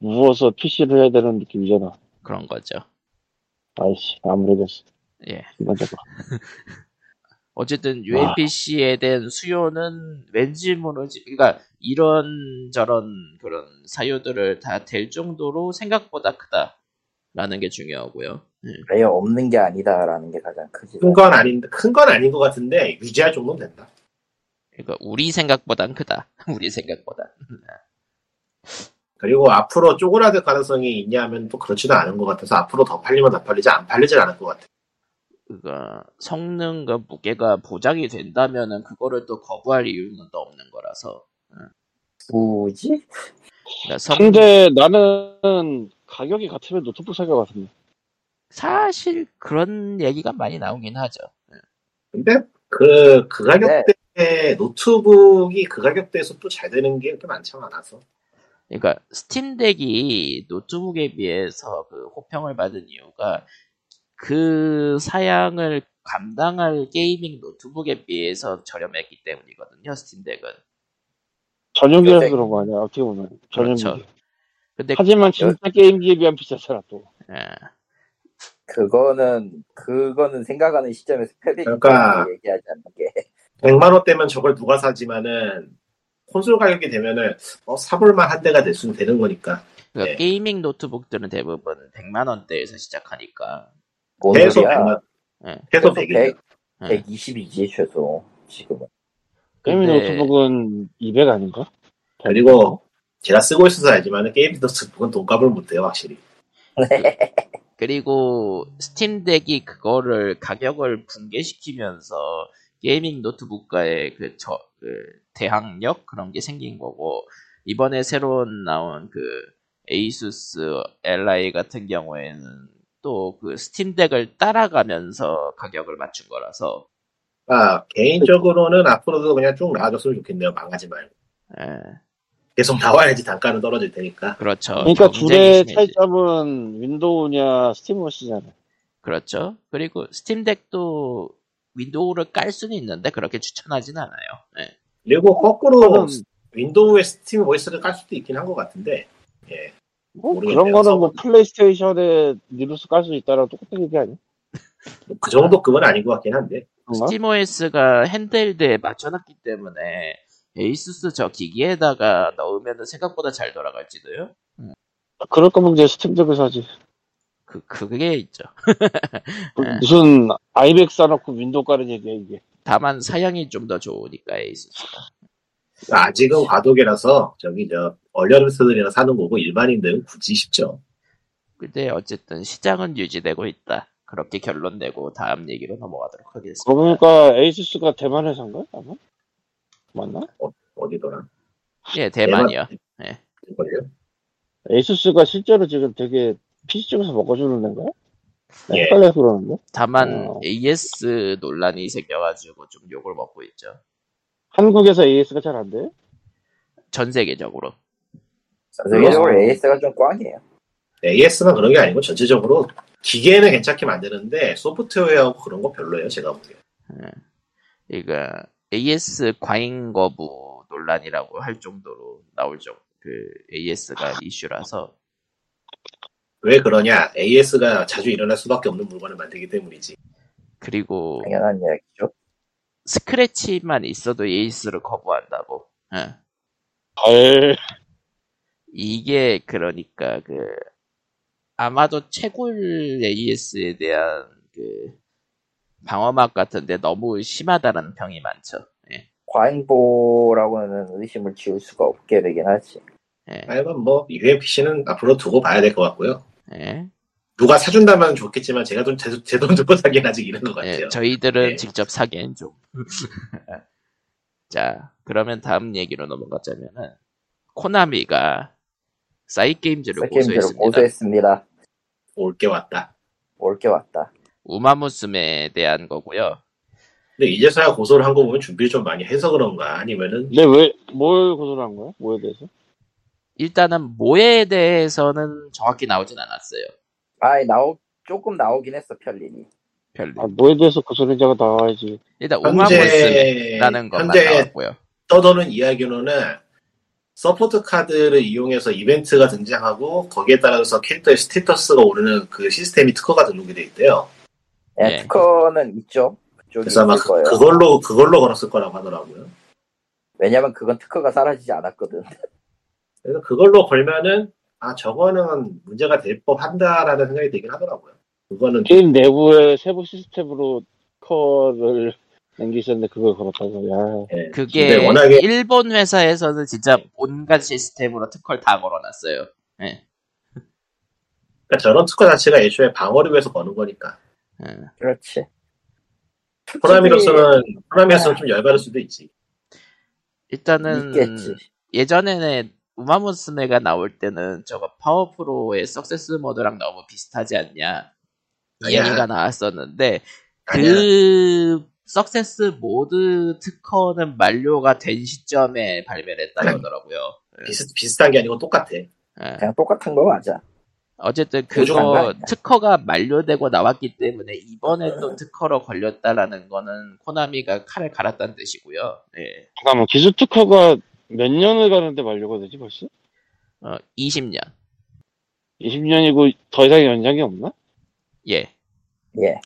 누워서 PC를 해야 되는 느낌이잖아.
그런 거죠.
아이씨 아무래도
예.
순간적으로 아.
어쨌든 UMPC에 대한 수요는 왠지 모르지. 그러니까 이런저런 그런 사유들을 다 될 정도로 생각보다 크다라는 게 중요하고요. 예.
아예 없는 게 아니다라는 게 가장 크지.
큰 건 아닌 큰 건 아닌 것 같은데 유지할 정도는 된다.
그러니까 우리 생각보단 크다. 우리 생각보다.
그리고 앞으로 쪼그라들 가능성이 있냐면 또 그렇지도 않은 것 같아서 앞으로 더 팔리면 더 팔리지 안 팔리진 않을 것 같아.
그러니까 성능과 무게가 보장이 된다면은 그거를 또 거부할 이유는 또 없는 거라서.
굳이?
그러니까 성-
근데 나는 가격이 같으면 노트북 살 것 같은데
사실 그런 얘기가 많이 나오긴 하죠.
근데 그, 그 가격대에 노트북이 그 가격대에서 또 잘 되는 게 그렇게 많지 않아서.
그러니까 스팀덱이 노트북에 비해서 그 호평을 받은 이유가 그 사양을 감당할 게이밍 노트북에 비해서 저렴했기 때문이거든요. 스팀덱은.
전용기라서
요새-
그런 거 아니야 어떻게 보면 전용기
그렇죠. 근데
하지만 진짜 게임기에 비하면 비싸잖아 또
예,
그거는, 그거는 생각하는 시점에서 패배기
그러니까-
때문에 얘기하지 않는 게.
100만 원대면 저걸 누가 사지만은 콘솔 가격이 되면은 어, 사볼만 한 대가 될 수는 되는 거니까
네.
그러니까
예.
게이밍 노트북들은 대부분 100만 원대에서 시작하니까
뭔
최소
소리야.
100만
예.
최소
최소
100이죠.
100.
120이지 최소 지금은.
게임
근데- 어,
노트북은 200 아닌가?
그리고 제가 쓰고 있어서 알지만 게임 노트북은 돈값을 못해요 확실히
그리고 스팀덱이 그거를 가격을 붕괴시키면서 게이밍 노트북과의 그, 저, 그 대항력 그런 게 생긴 거고 이번에 새로운 나온 그 에이수스 LI 같은 경우에는 또 그 스팀덱을 따라가면서 가격을 맞춘 거라서
아, 개인적으로는 앞으로도 그냥 쭉 나와줬으면 좋겠네요 망하지 말고
예,
계속 나와야지 단가는 떨어질 테니까
그렇죠.
그러니까
경쟁이
둘의
심해지-
차이점은 윈도우냐 스팀워시잖아.
그렇죠. 그리고 스팀덱도 윈도우를 깔 수는 있는데 그렇게 추천하진 않아요. 예.
그리고 거꾸로
그거는
윈도우에 스팀 OS를 깔 수도 있긴 한 것 같은데 예.
뭐
모르겠네요.
그런 거는 뭐
서버.
플레이스테이션에 니루스 깔 수 있다랑 똑같은 얘기 아니야?
뭐그 정도 그건 아닌 것 같긴 한데
그런가?
스팀OS가 핸드헬드에 맞춰놨기 때문에 에이수스 저 기기에다가 넣으면 생각보다 잘 돌아갈지도요.
그럴 거면 이제 스팀덱을 사지.
그 그게 있죠.
그
네.
무슨 아이맥 사놓고 윈도우 까는 얘기야 이게.
다만 사양이 좀 더 좋으니까 에이수스.
아직은 과도기라서 저기 저 얼려르스들이나 사는 거고 일반인들은 굳이 쉽죠.
근데 어쨌든 시장은 유지되고 있다. 그렇게 결론 내고 다음 얘기로 넘어가도록 하겠습니다.
그러고 보니까 에이수스가 대만 회사인 거야 아마? 맞나?
어디더라?
예, 대만이요. 예.
그걸요?
에이수스가 실제로 지금 되게 PC 쪽에서 먹어주는 데인가?
예.
헷갈려서 그러는데?
다만
어.
AS 논란이 생겨가지고 좀 욕을 먹고 있죠.
한국에서 AS가 잘 안 돼?
전 세계적으로. 네.
세계적으로
아.
AS가 좀 꽝이에요.
AS만 네, 그런 게 아니고 전체적으로 기계는 괜찮게 만드는데 소프트웨어하고 그런 거 별로예요 제가 보기에.
그러니까 AS 과잉 거부 논란이라고 할 정도로 나올 정도 그 AS가 이슈라서
왜 그러냐? AS가 자주 일어날 수밖에 없는 물건을 만들기 때문이지.
그리고
당연한 이야기죠.
스크래치만 있어도 AS를 거부한다고. 예.
아, 헐.
이게 그러니까 그 아마도 채굴 AS에 대한 그 방어막 같은데 너무 심하다는 평이 많죠. 예.
과잉보라고는 의심을 지울 수가 없게 되긴 하지.
예.
하여간 뭐 UMPC는 앞으로 두고 봐야 될 것 같고요.
예.
누가 사준다면 좋겠지만 제가 돈제돈 두고 사기는 아직 이런 것 같아요.
예, 저희들은
예.
직접 사기엔 좀. 자, 그러면 다음 얘기로 넘어가자면은 코나미가 사이게임즈를
게임즈를
고소했습니다.
고소했습니다.
올 게 왔다.
올 게 왔다.
우마무스메에 대한 거고요.
근데 이제서야 고소를 한 거 보면 준비를 좀 많이 해서 그런가 아니면은
근데 왜 뭘 고소를 한 거야? 뭐에 대해서?
일단은 뭐에 대해서는 정확히 나오진 않았어요.
아이 나오 조금 나오긴 했어 편린이.
별로.
아 뭐에 대해서 고소를 자가 나와야지.
일단 우마무스메라는
현재
것만
현재
나왔고요.
떠도는 이야기로는 서포트 카드를 이용해서 이벤트가 등장하고 거기에 따라서 캐릭터의 스테이터스가 오르는 그 시스템이 특허가 등록이 돼 있대요.
예,
예.
특허는 있죠. 그쪽이
그래서
있을
아마 그,
거예요.
걸로 그걸로 걸었을 거라고 하더라고요.
왜냐면 그건 특허가 사라지지 않았거든.
그래서 그걸로 걸면은 아 저거는 문제가 될 법한다라는 생각이 들긴 하더라고요. 그거는
게임 내부의 세부 시스템으로 커를 남기셨는데 그걸 걸었다고. 야.
예,
그게
근데 워낙에
일본 회사에서는 진짜 온갖 시스템으로 특허를 다 걸어놨어요. 예,
그러니까 저런 특허 자체가 애초에 방어를 위해서 거는 거니까
예.
그렇지.
코나미로서는
네.
코나미로서는 좀 열받을 수도 있지.
일단은
있겠지.
예전에는 우마무스메가 나올 때는 저거 파워프로의 석세스 모드랑 너무 비슷하지 않냐 이
아니야.
얘기가 나왔었는데
아니야.
그 석세스 모드 특허는 만료가 된 시점에 발매를 했다고 하더라고요.
비슷 비슷한 게 아니고 똑같아.
예.
그냥 똑같은 거 맞아.
어쨌든
보조가 안
그거
나니까.
특허가 만료되고 나왔기 때문에 이번에 또 특허로 걸렸다라는 거는 코나미가 칼을 갈았다는 뜻이고요. 예.
잠깐만 그러니까 뭐 기술 특허가 몇 년을 가는데 만료가 되지 벌써?
어, 20년.
20년이고 더 이상 연장이 없나?
예.
예,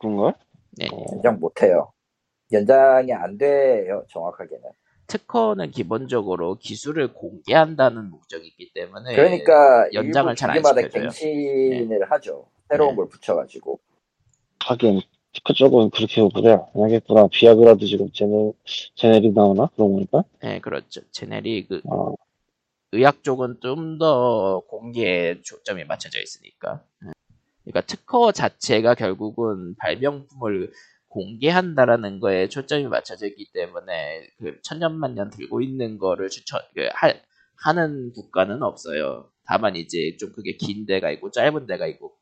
그런가?
예.
어.
연장 못해요. 연장이 안 돼요 정확하게는.
특허는 기본적으로 기술을 공개한다는 목적이 있기 때문에
그러니까
예, 연장을
일부
잘안
기계마다
시켜줘요. 예.
갱신을 하죠. 새로운
네.
걸 붙여가지고.
하긴 특허 쪽은 그렇게 오구나 안 하겠구나 비아그라도 지금 제네 제네릭 나오나 그런 거니까
네, 그렇죠. 제네릭 의-
아,
어.
의학 쪽은 좀 더 공개에 초점이 맞춰져 있으니까. 네. 그러니까 특허 자체가 결국은 발명품을 공개한다라는 거에 초점이 맞춰져 있기 때문에 그 천년만년 들고 있는 거를 추천 그 하, 하는 국가는 없어요. 다만 이제 좀 그게 긴 데가 있고 짧은 데가 있고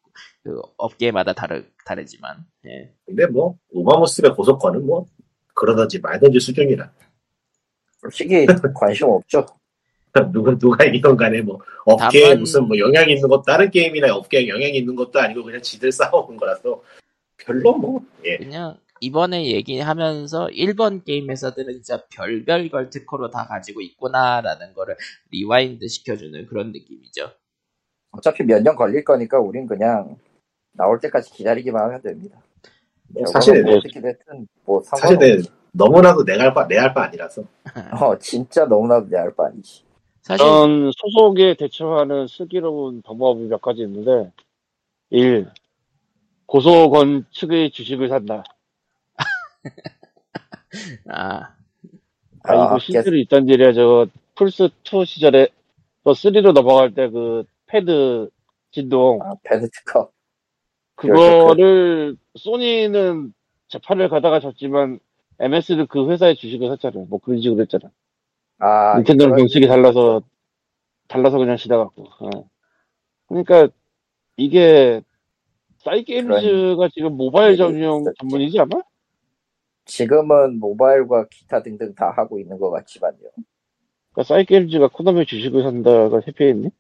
그 업계마다 다르 다르지만 예.
근데 뭐 오마모스의 고속권은 뭐 그러든지 말든지 수준이라
솔직히 관심 없죠.
누군 누가 이건 간에 뭐 업계에
다만-
무슨 뭐 영향이 있는 것도 다른 게임이나 업계에 영향이 있는 것도 아니고 그냥 지들 싸워온 거라서 별로 뭐예
그냥 이번에 얘기하면서 일본 게임 회사들은 진짜 별별 걸 특허로 다 가지고 있구나라는 거를 리와인드 시켜주는 그런 느낌이죠.
어차피 몇 년 걸릴 거니까 우린 그냥 나올 때까지 기다리기만 하면 됩니다.
사실
뭐- 네.
어떻게 됐든 뭐
사실
상관없어.
너무나도 내가 할 바 내 할 바 아니라서
어 진짜 너무나도 내 알바 아니지.
사실
어.
전 소속에 대처하는 슬기로운 방법이 몇 가지 있는데 1. 고소권 측의 주식을 산다
아
아,
아,
이거
계속-
실제로 있던 일이야 저 플스2 시절에 또 3로 넘어갈 때 그 패드 진동
아, 그렇죠. 배드 특허.
그거를 소니는 재판을 가다가 졌지만 MS는 그 회사의 주식을 샀잖아요. 뭐 그런 식으로 했잖아.
아
닌텐도는
그런-
정책이 달라서 달라서 그냥 지나갔고. 예. 그러니까 이게 사이게임즈가 지금 모바일
일이
전용
있었지.
전문이지 아마?
지금은 모바일과 기타 등등 다 하고 있는 것 같지만요.
그러니까 사이게임즈가 코나미 주식을 산다가 해피했니?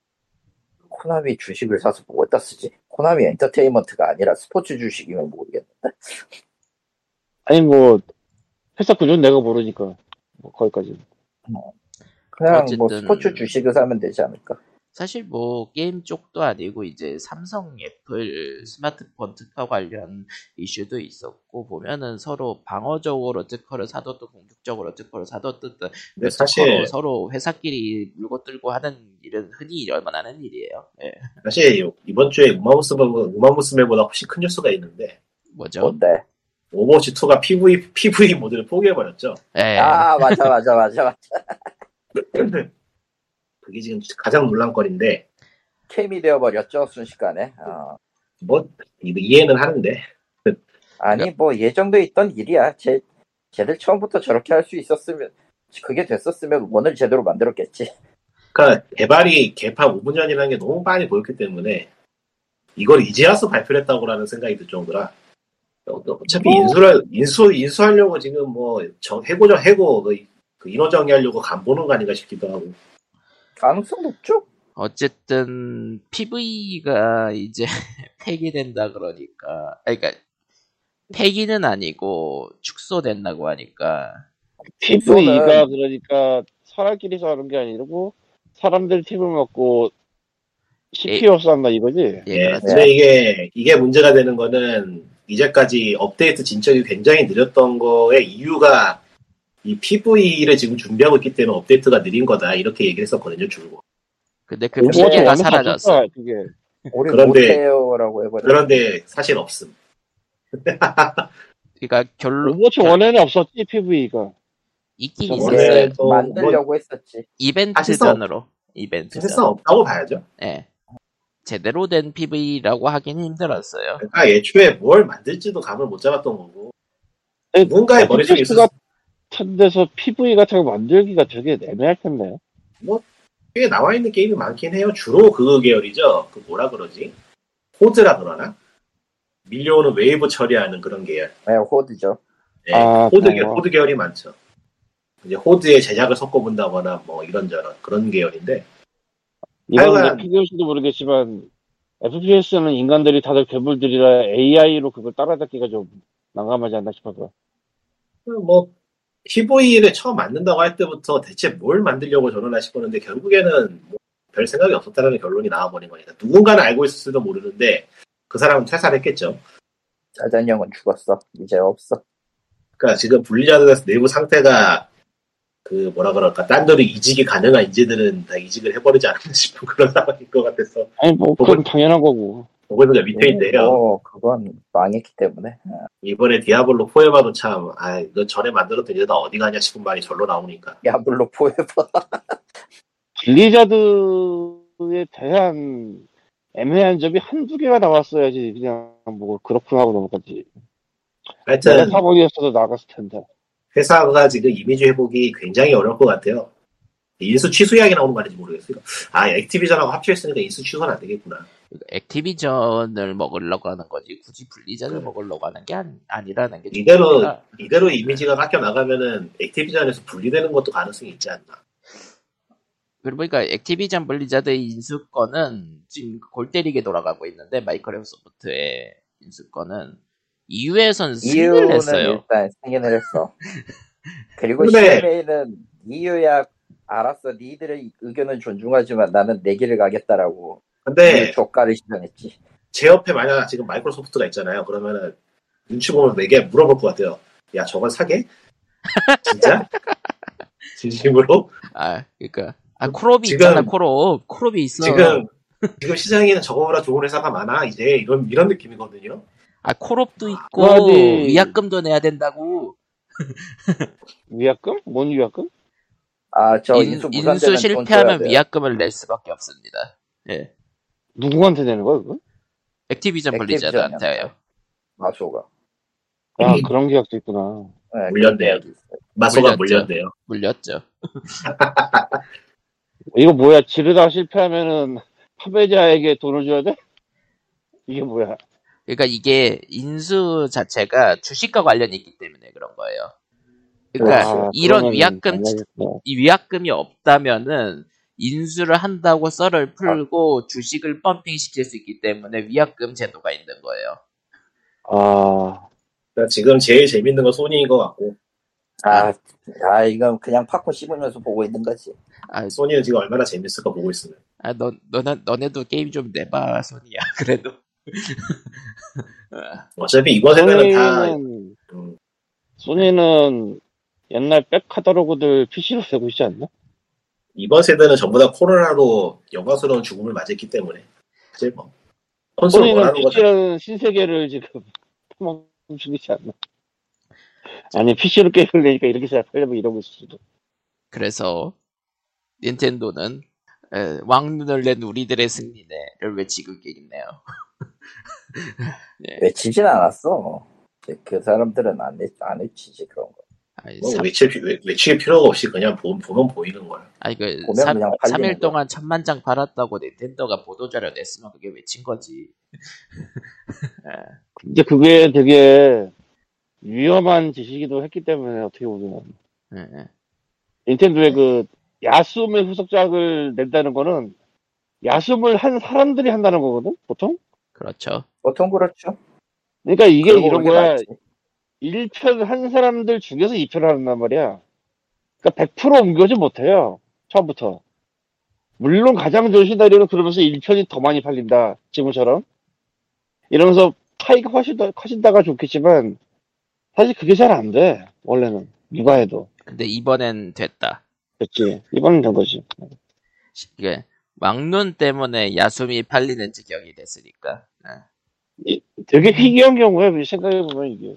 코나미 주식을 사서 뭐 어디다 쓰지? 코나미 엔터테인먼트가 아니라 스포츠 주식이면 모르겠네.
아니 뭐 회사 구조는 내가 모르니까 뭐 거기까지.
그냥 뭐
어쨌든- 네.
스포츠 주식을 사면 되지 않을까?
사실 뭐 게임 쪽도 아니고 이제 삼성, 애플 스마트폰 특허 관련 이슈도 있었고 보면은 서로 방어적으로 특허를 사뒀든 공격적으로 특허를 사뒀든
근데
서로
사실
서로 회사끼리 물고 뚫고 하는 일은 흔히 일어나는 일이에요. 예.
사실 이번 주에 우마무스보다 우마무스매보다 훨씬 큰 뉴스가 있는데
뭐죠?
뭔데?
오버워치 2가 PV PV 모드를 포기해 버렸죠.
예.
아 맞아 맞아 맞아 맞아.
그게 지금 가장 논란거리인데
캠이 되어버렸죠 순식간에. 어.
뭐 이- 이해는 하는데
아니
그러니까
뭐 예정돼 있던 일이야. 쟤 쟤들 처음부터 저렇게 할 수 있었으면 그게 됐었으면 원을 제대로 만들었겠지.
그러니까 개발이 개파 5분 전이라는 게 너무 빨리 보였기 때문에 이걸 이제 와서 발표를 했다고라는 생각이 들 정도라 어, 어차피 인수를 인수 인수하려고 지금 뭐 저- 해고죠 해고 그, 그 인원 정리하려고 간 보는 거 아닌가 싶기도 하고
가능성 높죠?
어쨌든 PV가 이제 폐기된다 그러니까 아니, 그러니까 폐기는 아니고 축소된다고 하니까
PVE가 그러니까 사람끼리서 하는 게 아니고 사람들 팀을 먹고 CPU 싸운다 이거지?
예,
예,
그렇죠.
근데 이게 이게 문제가 되는 거는 이제까지 업데이트 진척이 굉장히 느렸던 거의 이유가 이 PVE를 지금 준비하고 있기 때문에 업데이트가 느린 거다 이렇게 얘기를 했었거든요 줄고
근데 그
오버워치
핑계가
완전
사라졌어.
바꿨다, 그게
우리
그런데-
못해요라고 해버려.
그런데 사실 없음
그러니까 결론
오버워치 원에는 없었지 PVE가
네,
있긴
저번에-
있었어요.
네.
원래도 뭐
만들려고 했었지.
이벤트전으로 이벤트전.
사실상 없다고 봐야죠
예. 제대로 된 PV라고 하긴 힘들었어요.
그러니까 애초에 뭘 만들지도 감을 못 잡았던 거고
네,
누군가의 머릿속에
텍스트
있었을
같은 데서 PV 같은 거 만들기가 되게 애매할 텐데
꽤 나와 있는 게임이 많긴 해요. 주로 그 계열이죠. 그 뭐라 그러지? 호드라 그러나? 밀려오는 웨이브 처리하는 그런 계열.
네, 호드죠.
예,
아,
호드,
그래요?
계열 호드 계열이 많죠. 이제 호드의 제작을 섞어본다거나 뭐 이런저런 그런 계열인데.
이건
하여간-
FPS도 모르겠지만 FPS는 인간들이 다들 괴물들이라 AI로 그걸 따라잡기가 좀 난감하지 않나 싶어서
뭐, PVE를 처음 만든다고 할 때부터 대체 뭘 만들려고 저러나 싶었는데 결국에는 뭐별 생각이 없었다는 결론이 나와버린 거니까. 누군가는 알고 있을지도 모르는데 그 사람은 퇴사를 했겠죠.
짜잔 형은 죽었어. 이제 없어.
그러니까 지금 분리자드 내부 상태가 그 뭐라 그럴까 딴데로 이직이 가능한 인재들은 다 이직을 해버리지 않았나 싶은 그런 상황인 것 같아서
아니 뭐 그건 당연한 거고
보고 있는 게 밑에인데요
뭐, 그건 망했기 때문에.
이번에 디아블로 포에바도 참아 이거 전에 만들었던 이제 다 어디 가냐 싶은 말이 절로 나오니까
야블로 포에버.
블리자드에 대한 애매한 점이 한두 개가 나왔어야지 그냥 뭐 그렇구나 하고 넘어갔지 내가 네.
하여튼
사본이었어도 나갔을 텐데
회사가 지금 이미지 회복이 굉장히 어려울 것 같아요 인수 취소 이야기 나오는 말인지 모르겠어요 아 액티비전하고 합쳐있으니까 인수 취소는 안 되겠구나
액티비전을 먹으려고 하는 거지 굳이 블리자드를 먹으려고 하는 게 아니, 아니라는 게
이대로-
중요하다.
이대로 이미지가 깎여 나가면은 액티비전에서 분리되는 것도 가능성이 있지 않나
그리고 보니까 액티비전 블리자드의 인수권은 지금 골 때리게 돌아가고 있는데 마이크로소프트의 인수권은 EU에선 승인을
이유는
했어요.
일단 승인을 했어. 그리고
근데-
CMA는 이유야 알았어. 니들의 의견은 존중하지만 나는 내 길을 가겠다라고
근데
이유 조가를 시전했지.
제 옆에 만약 지금 마이크로소프트가 있잖아요. 그러면은 눈치 보면 내게 물어볼 것 같아요. 야, 저걸 사게? 진짜? 진심으로?
아 그러니까 아 크롭이
지금-
있잖아 크롭 크롭이 있어.
지금 지금 시장에는 저거보다 좋은 회사가 많아. 이제 이런 이런 느낌이거든요.
아 크롭도 있고
그거지.
위약금도 내야 된다고
위약금? 뭔 위약금?
아, 저
인,
인수 무산되면
인수
돈 줘야
실패하면
돼요.
위약금을 낼 수밖에 없습니다. 예
누구한테 내는 거야 그건?
액티비전 블리자드한테요.
마소가.
아 그런 계약도 있구나
네,
물렸네요.
그런 계약이 있어요.
마소가
물렸죠.
물렸네요.
물렸죠.
이거 뭐야 지르다 실패하면은 판매자에게 돈을 줘야 돼? 이게 뭐야
그러니까 이게 인수 자체가 주식과 관련이 있기 때문에 그런 거예요.
네. 아,
그러니까
그렇죠.
이런
아, 그러면은
위약금
당연하겠다.
이 위약금이 없다면은 인수를 한다고 썰을 풀고 주식을 펌핑 시킬 수 있기 때문에 위약금 제도가 있는 거예요.
아
그러니까 지금 제일 재밌는 건 소니인 것 같고
아, 아, 이건 그냥 팝콘 씹으면서 보고 있는 거지.
아,
소니는 지금 얼마나 재밌을까 보고 있으면
아, 너, 너네, 너네도 게임 좀 내봐, 소니야. 그래도.
어차피 이번 세대는 다
소니는
음,
소니는 옛날 백카다로그들 PC로 되고 있지 않나?
이번 세대는 전부 다 코로나로 영광스러운 죽음을 맞았기 때문에 사실 뭐 콘솔
소니는
원하는 거죠.
PC라는 신세계를 지금 도망 죽이지 않나? 아니 PC로 게임을 내니까 이렇게 잘 팔려면 이러고 있을 수도
그래서 닌텐도는 에, 왕눈을 낸 우리들의 승리네를 외치고 있네요. 네.
외치진 않았어. 그 사람들은 안, 외, 안 외치지, 그런 거.
아니,
뭐
삼-
외칠, 피- 외, 외칠 필요가 없이 그냥 보- 보면 보이는 거야.
아니 그
보면
삼,
그냥 팔리는
3일
거야.
동안 천만 장 팔았다고 닌텐도가 보도자료 냈으면 그게 외친 거지.
근데 그게 되게 위험한 짓이기도 했기 때문에 어떻게 보면
예, 예.
닌텐도의 그 야숨의 후속작을 낸다는 거는 야숨을 한 사람들이 한다는 거거든 보통
그렇죠.
보통 그렇죠.
그러니까 이게
그러고
이런
그게
거야
맞지.
1편 한 사람들 중에서 2편을 하는단 말이야 그러니까 100% 옮겨지 못해요 처음부터 물론 가장 좋은 시나리오는 그러면서 1편이 더 많이 팔린다 지금처럼 이러면서 파이가 훨씬 더 커진다가 좋겠지만 사실 그게 잘 안 돼 원래는 누가 해도
근데 이번엔 됐다.
그렇지 이번엔 된 거지
이게 왕눈 때문에 야숨이 팔리는 지경이 됐으니까. 예.
되게 희귀한 경우야 생각해보면 이게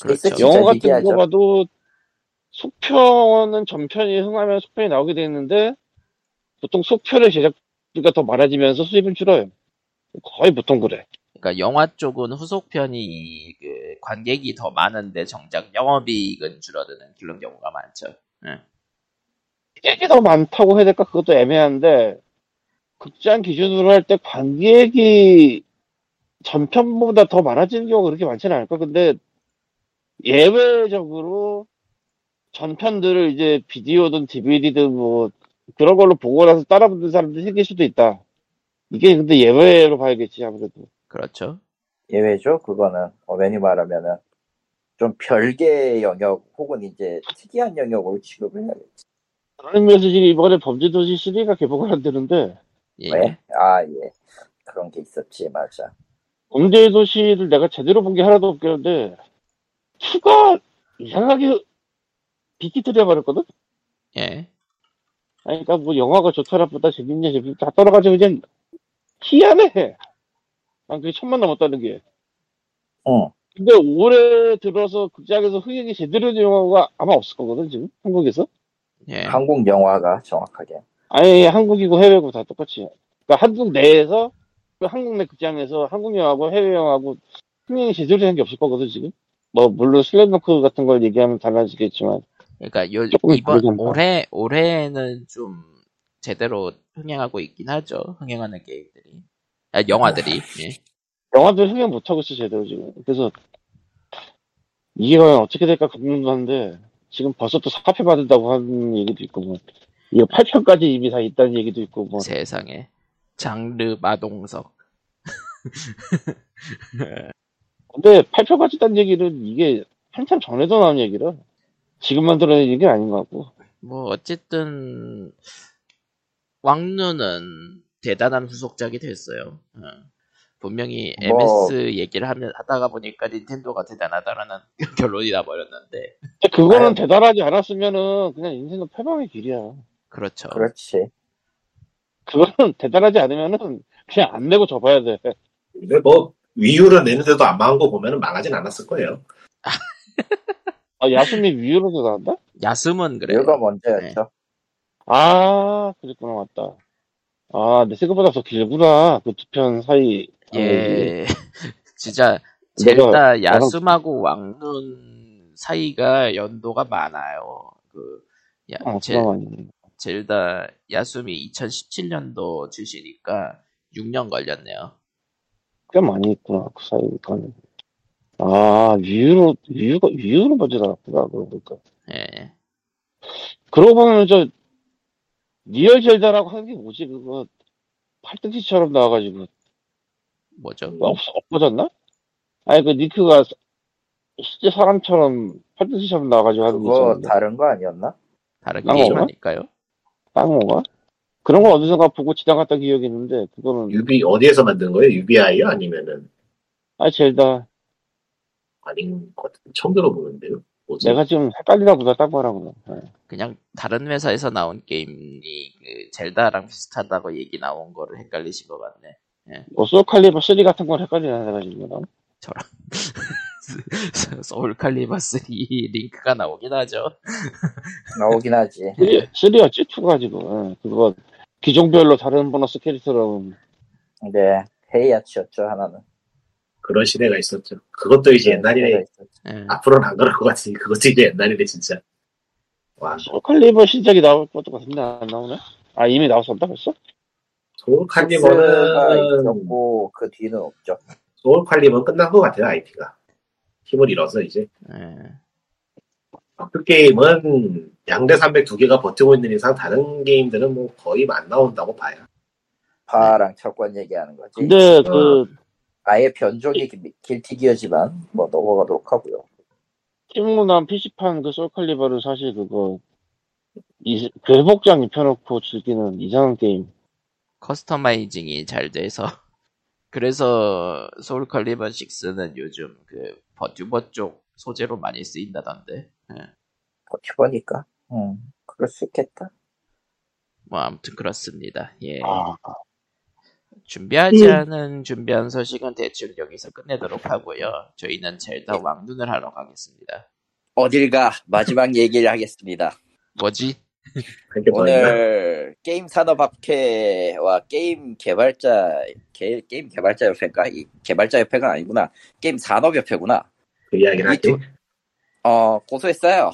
그렇죠.
네, 진짜
영화 같은 거
얘기하죠.
봐도 속편은 전편이 흥하면 속편이 나오게 돼 있는데 보통 속편의 제작비가 더 많아지면서 수입은 줄어요 거의 보통 그래
그러니까 영화 쪽은 후속편이 그 관객이 더 많은데 정작 영업이익은 줄어드는 그런 경우가 많죠.
관객이 더 많다고 해야 될까 그것도 애매한데 극장 기준으로 할 때 관객이 전편보다 더 많아지는 경우가 그렇게 많지는 않을 까 근데 예외적으로 전편들을 이제 비디오든 DVD든 뭐 그런 걸로 보고 나서 따라붙는 사람들이 생길 수도 있다. 이게 근데 예외로 봐야겠지 아무래도.
그렇죠.
예외죠. 그거는 어머니 말하면은 좀 별개의 영역 혹은 이제 특이한 영역으로 취급을 해야겠지.
그런 의미에서 지금 이번에 범죄도시 3가 개봉을 한다는데
예.
왜? 아 예. 그런 게 있었지 맞아.
범죄도시를 내가 제대로 본 게 하나도 없겠는데 2가 이상하게 비키트려 버렸거든?
예.
아니, 그러니까 뭐 영화가 좋더라 보다 재밌냐 재밌다 다 떨어가지고 이제 희한해. 난 그게 천만 넘었다는 게.
어.
근데 올해 들어서 극장에서 흥행이 제대로 된 영화가 아마 없을 거거든 지금 한국에서.
예.
한국 영화가 정확하게.
어, 아예 한국이고 해외고 다 똑같이. 그러니까 한국 내에서 그 한국 내 극장에서 한국 영화고 해외 영화고 흥행이 제대로 된 게 없을 거거든 지금. 뭐 물론 슬램덩크 같은 걸 얘기하면 달라지겠지만
그러니까 요
조금
이번
다르잖아.
올해 올해는 좀 제대로 흥행하고 있긴 하죠. 흥행하는 게임들이. 아, 영화들이. 예.
영화들 흥행 못 하고 있어 제대로 지금. 그래서 이게 과연 어떻게 될까 궁금한데 지금 벌써 또 사표 받는다고 하는 얘기도 있고 뭐 이거 8편까지 이미 다 있다는 얘기도 있고 뭐
세상에. 장르 마동석.
근데 8편까지 있다는 얘기는 이게 한참 전에도 나온 얘기라 지금 만들어낸 얘기는 아닌 것 같고
뭐 어쨌든 왕눈은 대단한 후속작이 됐어요. 어. 분명히
뭐.
MS 얘기를 하면 하다가 보니까 닌텐도가 대단하다라는 결론이 나버렸는데
근데 그거는
아유.
대단하지 않았으면은 그냥 인생도 패방의 길이야
그렇죠.
그렇지.
그거는 대단하지 않으면은 그냥 안 내고 접어야 돼
근데 뭐 위유를 내는데도 안 망한 거 보면 망하진 않았을 거예요.
아, 야수미 위로도 나왔다?
야숨은 그래요.
이유가
뭐
먼저였죠.
예. 아 그랬구나 맞다 아 내 생각보다 더 길구나 그 두 편 사이 간격이.
예, 진짜
내가
젤다
나랑-
야숨하고 왕눈 사이가 연도가 많아요. 그 야,
아
젤,
그나마 아니네.
젤다 야숨이 2017년도 출시니까 6년 걸렸네요.
꽤 많이 있구나 그 사이 간격이. 아 위로 위로가 위로 먼저 나왔구나 그러고 보니까
예,
그러고 보면 저 리얼 젤다라고 하는 게 뭐지 그거 팔등지처럼 나와가지고
뭐죠?
없, 없어졌나? 아니 그 니크가 사- 실제 사람처럼 팔등지처럼 나와가지고 하는 게
그거
있었는데
다른 거 아니었나?
다른
아,
게임
뭐야?
아닐까요?
빵어가? 그런 거 어디선가 보고 지나갔던 기억이 있는데 그거는
유비 어디에서 만든 거예요? UBI요? 아니면은
아 젤다
아닌 것 같은데 처음 들어보는데요. 뭐지?
내가 지금 헷갈리나 보다 딴 거라고 예.
그냥 다른 회사에서 나온 게임이 그 젤다랑 비슷하다고 얘기 나온 거를 헷갈리신 것 같네.
뭐 소울칼리버 3 같은 걸 헷갈리나 내가 지금 그럼.
소울 칼리버 3 링크가 나오긴 하죠.
나오긴 하지.
3였지? 2가 지금. 예, 그거 기종별로 다른 보너스 캐릭터로
근데 헤이아치였죠 하나는.
그런 시대가 있었죠. 그것도 이제 옛날이네.
그때가 있었죠.
예.
아.
앞으로는 안 그럴 것 같으니 그것도 이제 옛날이네 진짜. 와
소울칼리버 신작이 나올 것도 같은데 안 나오네? 아 이미
네,
나왔었다 벌써?
소울
식스가
칼리버는
있었고 그 뒤는 없죠.
소울 칼리버는 끝난 것 같아요 IP가 힘을 잃어서 이제
예.
그 게임은 양대 300 두 개가 버티고 있는 이상 다른 게임들은 뭐 거의 안 나온다고 봐요.
파랑 철권 얘기하는 거지.
근데 그
아예 변종이 길- 길티기어지만 뭐 넘어가도록 하고요.
친구남 PC판 그 소울칼리버를 사실 그거 이, 그 회복장 입혀놓고 즐기는 이상한 게임
커스터마이징이 잘 돼서 그래서 소울 칼리버 6는 요즘 그 버튜버 쪽 소재로 많이 쓰인다던데 예.
버티버니까.
어.
음, 그럴 수 있겠다.
뭐 아무튼 그렇습니다 예
아
준비하지
음.
않은 준비한 소식은 대충 여기서 끝내도록 하고요 저희는 젤다 왕눈을 하러 가겠습니다
어딜 가 마지막 얘기를 하겠습니다.
뭐지?
그게 뭐였나?
오늘 게임 산업학회와 게임 개발자 게, 임 개발자 협회인가? 이 개발자 협회가 아니구나. 게임 산업 협회구나.
그 이야기를 하지.
이 어 고소했어요.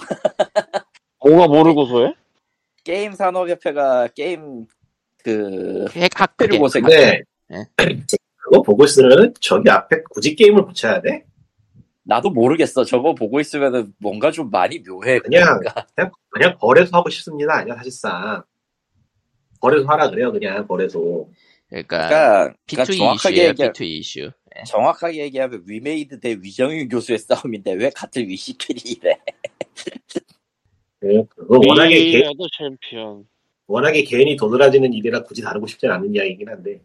뭐가 모를 고소해?
게임 산업 협회가 게임 그
핵학회
그리고 어색-
근데
네.
그거 보고 있으면 저기 앞에 굳이 게임을 붙여야 돼?
나도 모르겠어. 저거 보고 있으면은 뭔가 좀 많이 묘해. 그러니까
그냥 그냥, 그냥 거래소 하고 싶습니다. 아니야 사실상 거래소 하라 그래요 그냥 거래소.
그러니까
그러니까, 그러니까
B2
정확하게
이슈예요
얘기
B2 이슈 예.
정확하게 얘기하면 위메이드 대 위정윤 교수의 싸움인데 왜 같은 위시끼리 이래?
네, 그거 워낙에 개,
미래도 챔피언
워낙에 개인이 도드라지는 일이라 굳이 다루고 싶진 않은 이야기긴 한데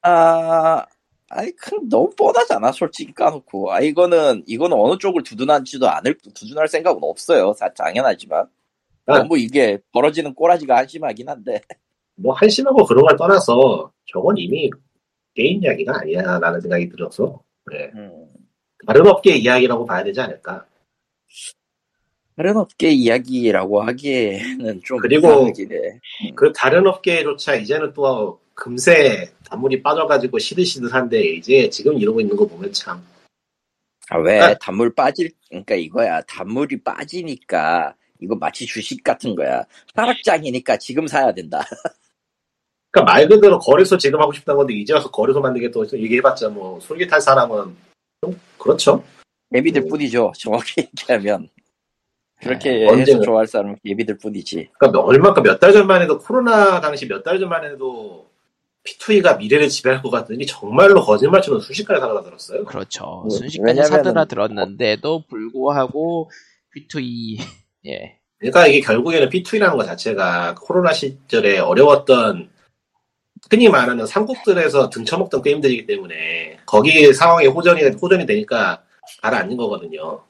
아, 아니 그 너무 뻔하잖아 솔직히 까놓고. 아 이거는 이거는 어느 쪽을 두둔하지도 않을 두둔할 생각은 없어요. 다 당연하지만
아.
너무 이게 벌어지는 꼬라지가 한심하긴 한데
뭐 한심하고 그런 걸 떠나서 저건 이미 게임 이야기가 아니야라는 생각이 들어서 네.
음,
다른 업계 이야기라고 봐야 되지 않을까.
다른 업계 이야기라고 하기에는 좀
그리고
이상하긴 해.
그 다른 업계조차 이제는 또 금세 단물이 빠져가지고 시들시들한데 이제 지금 이러고 있는 거 보면 참
아, 왜
아.
단물 빠질 그러니까 이거야 단물이 빠지니까 이거 마치 주식 같은 거야 하락장이니까 지금 사야 된다
그러니까 말 그대로 거래소 지금 하고 싶다는 건데 이제 와서 거래소 만들겠다고 해서 얘기해봤자 뭐 솔깃할 사람은 좀 그렇죠.
예비들
음.
뿐이죠 정확히 얘기하면 그렇게 해서
언제나.
좋아할 사람은 예비들 뿐이지
그러니까 얼마 몇 달 전만 해도 코로나 당시 몇 달 전만 해도 P2E가 미래를 지배할 것 같더니 정말로 거짓말처럼 순식간에 사라들었어요.
그렇죠.
음,
순식간에
왜냐면은-
사들라 들었는데도 불구하고 P2E 예
그러니까 이게 결국에는 P2E라는 것 자체가 코로나 시절에 어려웠던 흔히 말하는 삼국들에서 등쳐먹던 게임들이기 때문에 거기 상황에 호전이, 호전이 되니까 가라앉는 거거든요.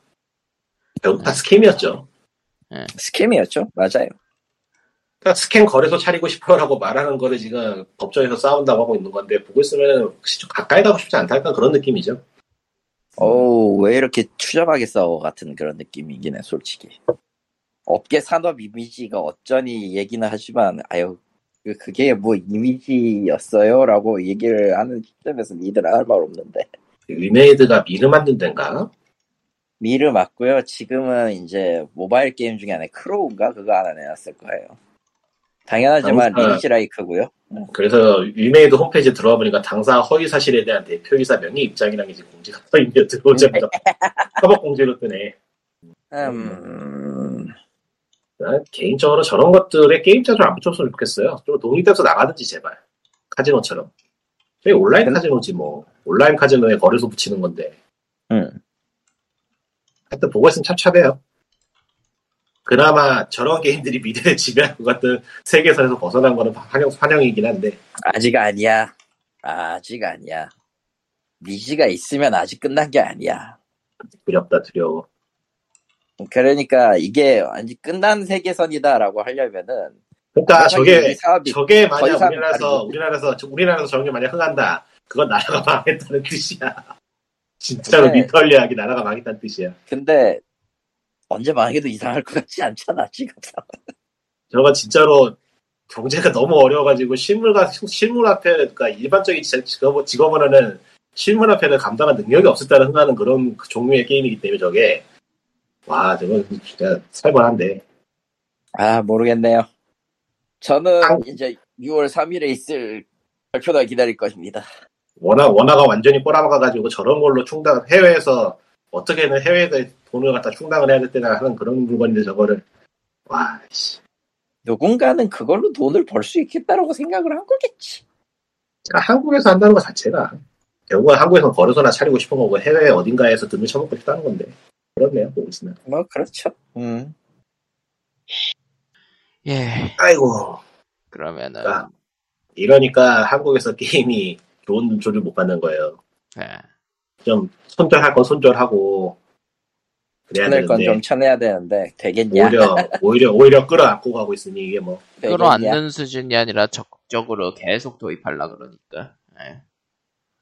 결국 다 스캠이었죠.
스캠이었죠 맞아요
그러니까 스캠 거래소 차리고 싶어라고 말하는 거를 지금 법정에서 싸운다고 하고 있는 건데 보고 있으면 혹시 좀 가까이 가고 싶지 않다 약간 그런 느낌이죠.
어우 왜 이렇게 추잡하게 싸워 같은 그런 느낌이긴 해 솔직히 업계 산업 이미지가 어쩌니 얘기는 하지만 아유 그- 그게 뭐 이미지였어요라고 얘기를 하는 시점에서 니들 할 말 없는데
위메이드가 미를 만든 데인가?
미를 맞고요. 지금은 이제 모바일 게임 중에 하나 크로우인가 그거 하나 내놨을 거예요. 당연하지만
당사-
리니지 라이크고요.
그래서 위메이드 홈페이지 들어와 보니까 당사 허위 사실에 대한 대표이사 명의 입장이라는 게 지금 공지가 떠 있네요. 들어오자마자 협업 공지로 뜨네.
음,
난 아, 개인적으로 저런 것들에 게임자들 안 붙였으면 좋겠어요. 좀 독립돼서 나가든지 제발. 카지노처럼. 저게 온라인
근데-
카지노지 뭐. 온라인 카지노에 거래소 붙이는 건데.
음.
하여튼 보고 있으면 참참해요. 그나마 저런 게임들이 미래를 지배할 것 같은 세계선에서 벗어난 거는 환영, 환영이긴 한데.
아직 아니야. 아직 아니야. 미지가 있으면 아직 끝난 게 아니야.
두렵다, 두려워.
그러니까 이게 아직 끝난 세계선이다라고 하려면은 세상에
그러니까
이
저게
사업이
저게 만약
이상
우리나라에서
다른
우리나라에서 저- 우리나라에서 저런 게 만약 흥한다 그건 나라가 망했다는 뜻이야 진짜로
근데-
리털리하게 나라가 망했다는 뜻이야
근데 언제 망해도 이상할 것 같지 않잖아 지금
저거 진짜로 경제가 너무 어려워가지고 실물과 실물 앞에 그러니까 일반적인 지- 직업 직업으로는 실물 앞에는 감당할 능력이 없을 때는 흥하는 그런 그 종류의 게임이기 때문에 저게 와 저건 진짜 살벌한데
아, 모르겠네요. 저는
당-
이제 6월 3일에 있을 발표나 기다릴 것입니다.
원화 원화가 완전히 꼬라박아가지고 저런 걸로 충당 해외에서 어떻게든 해외에 돈을 갖다 충당을 해야 될 때나 하는 그런 물건인데 저거를 와 씨.
누군가는 그걸로 돈을 벌 수 있겠다라고 생각을 한 거겠지.
아, 한국에서 한다는 것 자체가 결국은 한국에서 거래소나 차리고 싶은 거고 해외 어딘가에서 등을 쳐먹고 싶다는 건데 그렇네요 보시면
뭐, 그렇죠. 음.
예.
아이고
그러면은
아. 이러니까 한국에서 게임이 좋은 눈초를 못 받는 거예요
예.
좀 손절할 건 손절하고 그래야
쳐낼 건 좀
되는데
쳐내야 되는데, 되겠냐?
네, 오히려 오히려 오히려 끌어안고 가고 있으니 이게 뭐
되겠냐?
끌어안는 수준이 아니라 적극적으로 계속 도입하려 그러니까. 예.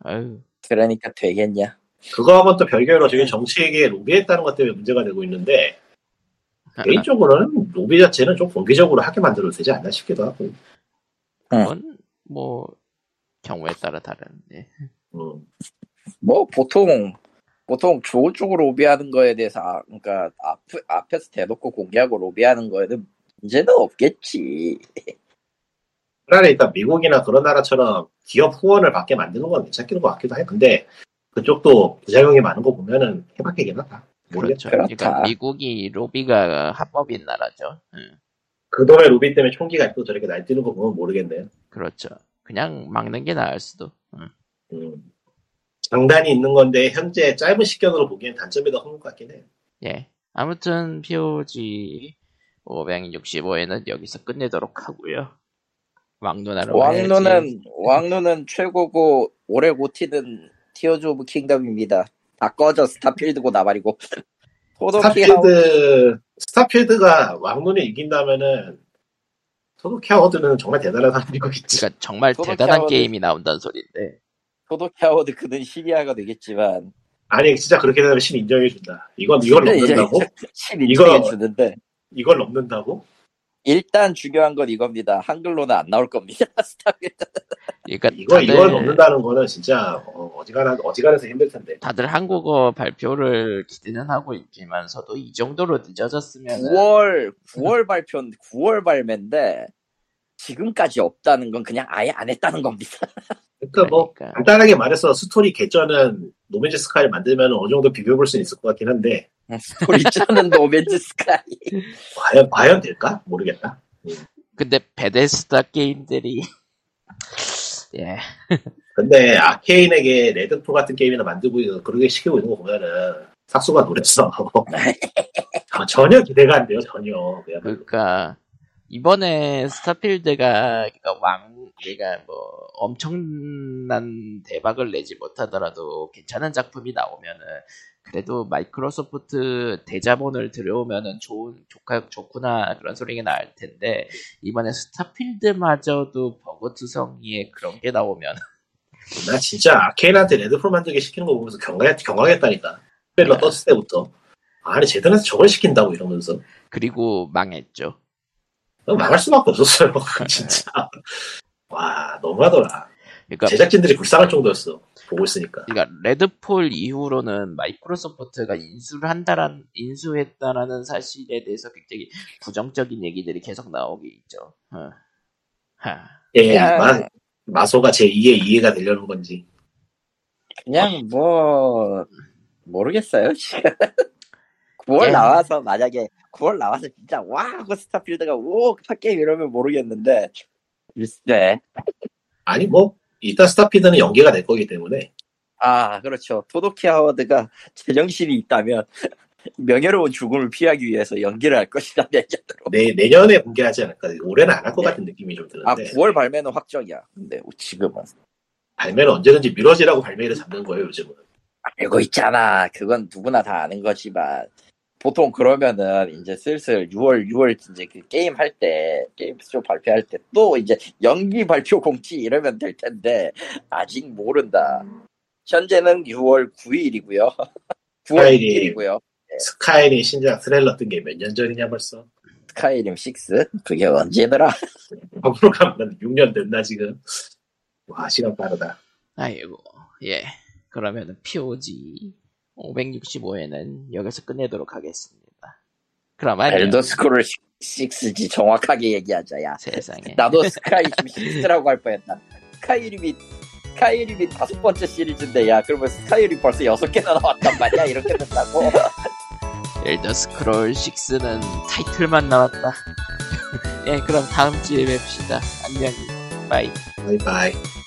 아유.
그러니까 되겠냐?
그거하고는 또 별개로 지금 정치에게 로비했다는 것 때문에 문제가 되고 있는데 개인적으로는 로비 자체는 좀 공개적으로 하게 만들어도 되지 않나 싶기도 하고
그건
어.
뭐 경우에 따라 다른데. 예.
음.
뭐, 보통, 보통 좋은 쪽으로 로비하는 거에 대해서, 아, 그러니까, 앞, 앞에서 대놓고 공개하고 로비하는 거에는 문제는 없겠지.
차라리 일단 미국이나 그런 나라처럼 기업 후원을 받게 만드는 건 괜찮기는 것 같기도 해 근데 그쪽도 부작용이 많은 거 보면은 해박해긴 하다 모르겠다
그렇죠.
그렇다.
그러니까 미국이 로비가 합법인 나라죠. 예.
그놈의 로비 때문에 총기가 있고 저렇게 날뛰는 거 보면 모르겠네요
그렇죠. 그냥 막는 게 나을 수도. 예.
음. 장단이 있는 건데 현재 짧은 시견으로 보기엔 단점이 더 큰 것 같긴 해
예. 아무튼 POG 565에는 여기서 끝내도록 하고요. 왕눈하러 와야지.
왕눈은 왕눈은 최고고 올해 고티는 티어즈 오브 킹덤입니다. 다 꺼져 스타필드고 나발이고 포도키하고
스타필드 스타필드가 왕눈에 이긴다면은 토도키아워드는 정말 대단한
네.
사람이겠지.
그러니까 정말
소독
대단한
샤워를-
게임이 나온다는 소리인데
포도키하고도 그는 시리아가 되겠지만
아니 진짜 그렇게 되면 신 인정해준다. 이건 이걸
근데 이제
넘는다고?
신 인정해 주는데
이걸 넘는다고?
일단 중요한 건 이겁니다. 한글로는 안 나올 겁니다. 스타필드
그러니까
이걸
네.
다들,
이걸 넘는다는 거는 진짜 어, 어지간한 어지간해서 힘들 텐데.
다들 한국어 발표를 기대는 하고 있지만서도 이 정도로 늦어졌으면
9월 9월 발표 9월 발매인데 지금까지 없다는 건 그냥 아예 안 했다는 겁니다.
그러니까 뭐 간단하게 말해서 스토리 개쩌는 노맨즈 스카이를 만들면 어느 정도 비벼볼 수 있을 것 같긴 한데
우리 짜는 노맨즈 스카이.
과연 과연 될까 모르겠다.
근데 베데스다 게임들이 예
근데 아케인에게 레드풀 같은 게임이나 만들고 있는- 그렇게 시키고 있는 거 보면은 삭수가 노렸어. 아, 전혀 기대가 안 돼요 전혀. 그야말로.
그러니까 이번에 스타필드가 그러니까 왕 그러니까 뭐 엄청난 대박을 내지 못하더라도 괜찮은 작품이 나오면은 그래도 마이크로소프트 대자본을 들여오면은 좋은 좋가 좋구나 그런 소리가 나올 텐데 이번에 스타필드마저도 버그 투성이의 그런 게 나오면
나 진짜 아케인한테 레드풀 만들게 시키는 거 보면서 경악 경악했다니까.
네.
벨러 떴을 때부터 아니 제대로서 저걸 시킨다고 이러면서
그리고 망했죠.
그거 망할 수밖에 없었어요 진짜. 와 너무하더라.
네. 그러니까
제작진들이 불쌍할 정도였어 보고 있으니까.
그러니까 레드폴 이후로는 마이크로소프트가 인수를 한다란 인수했다라는 사실에 대해서 굉장히 부정적인 얘기들이 계속 나오게 있죠. 어. 하.
예,
야.
마, 마소가 제 2의 2해가 되려는 건지.
그냥 뭐 모르겠어요 지금 네. 9월
예.
나와서 만약에 9월 나와서 진짜 와 하고 스타필드가 오 팟게임 이러면 모르겠는데 글쎄
아니 뭐 일단 스타피드는 연계가 될 거기 때문에
아 그렇죠 토도키 하워드가 제정신이 있다면 명예로운 죽음을 피하기 위해서 연기를 할 것이다 내년으로
내, 내년에 공개하지 않을까. 올해는 안 할 것 같은 느낌이 좀
아
드는데
9월 발매는 확정이야 근데 지금은
발매는 언제든지 미뤄지라고 발매를 잡는 거예요 요즘은.
알고 있잖아 그건 누구나 다 아는 거지만 보통 그러면은 이제 슬슬 6월 6월 이제 그 게임 할 때 게임 쇼 발표할 때 또 이제 연기 발표 공지 이러면 될 텐데 아직 모른다. 현재는 6월 9일이고요. 9월
스카이림.
6일이고요.
스카이림 신작 트레일러 뜬 게 몇 년 전이냐 벌써.
스카이림 6 그게 언제더라?
거꾸로 가면 6년 됐나 지금. 와 시간 빠르다.
아이고 예 그러면은 POG 565회는 여기서 끝내도록 하겠습니다. 그럼 안녕
엘더 스크롤 6지 정확하게 얘기하자. 야
세상에
나도 스카이림 6라고 할 뻔했다. 스카이림이 스카이림이 다섯 번째 시리즈인데 야 그러면 스카이림 벌써 여섯 개나 나왔단 말이야 이렇게 된다고?
엘더 스크롤 6는 타이틀만 나왔다. 예 그럼 다음 주에 뵙시다. 안녕 바이.
바이바이.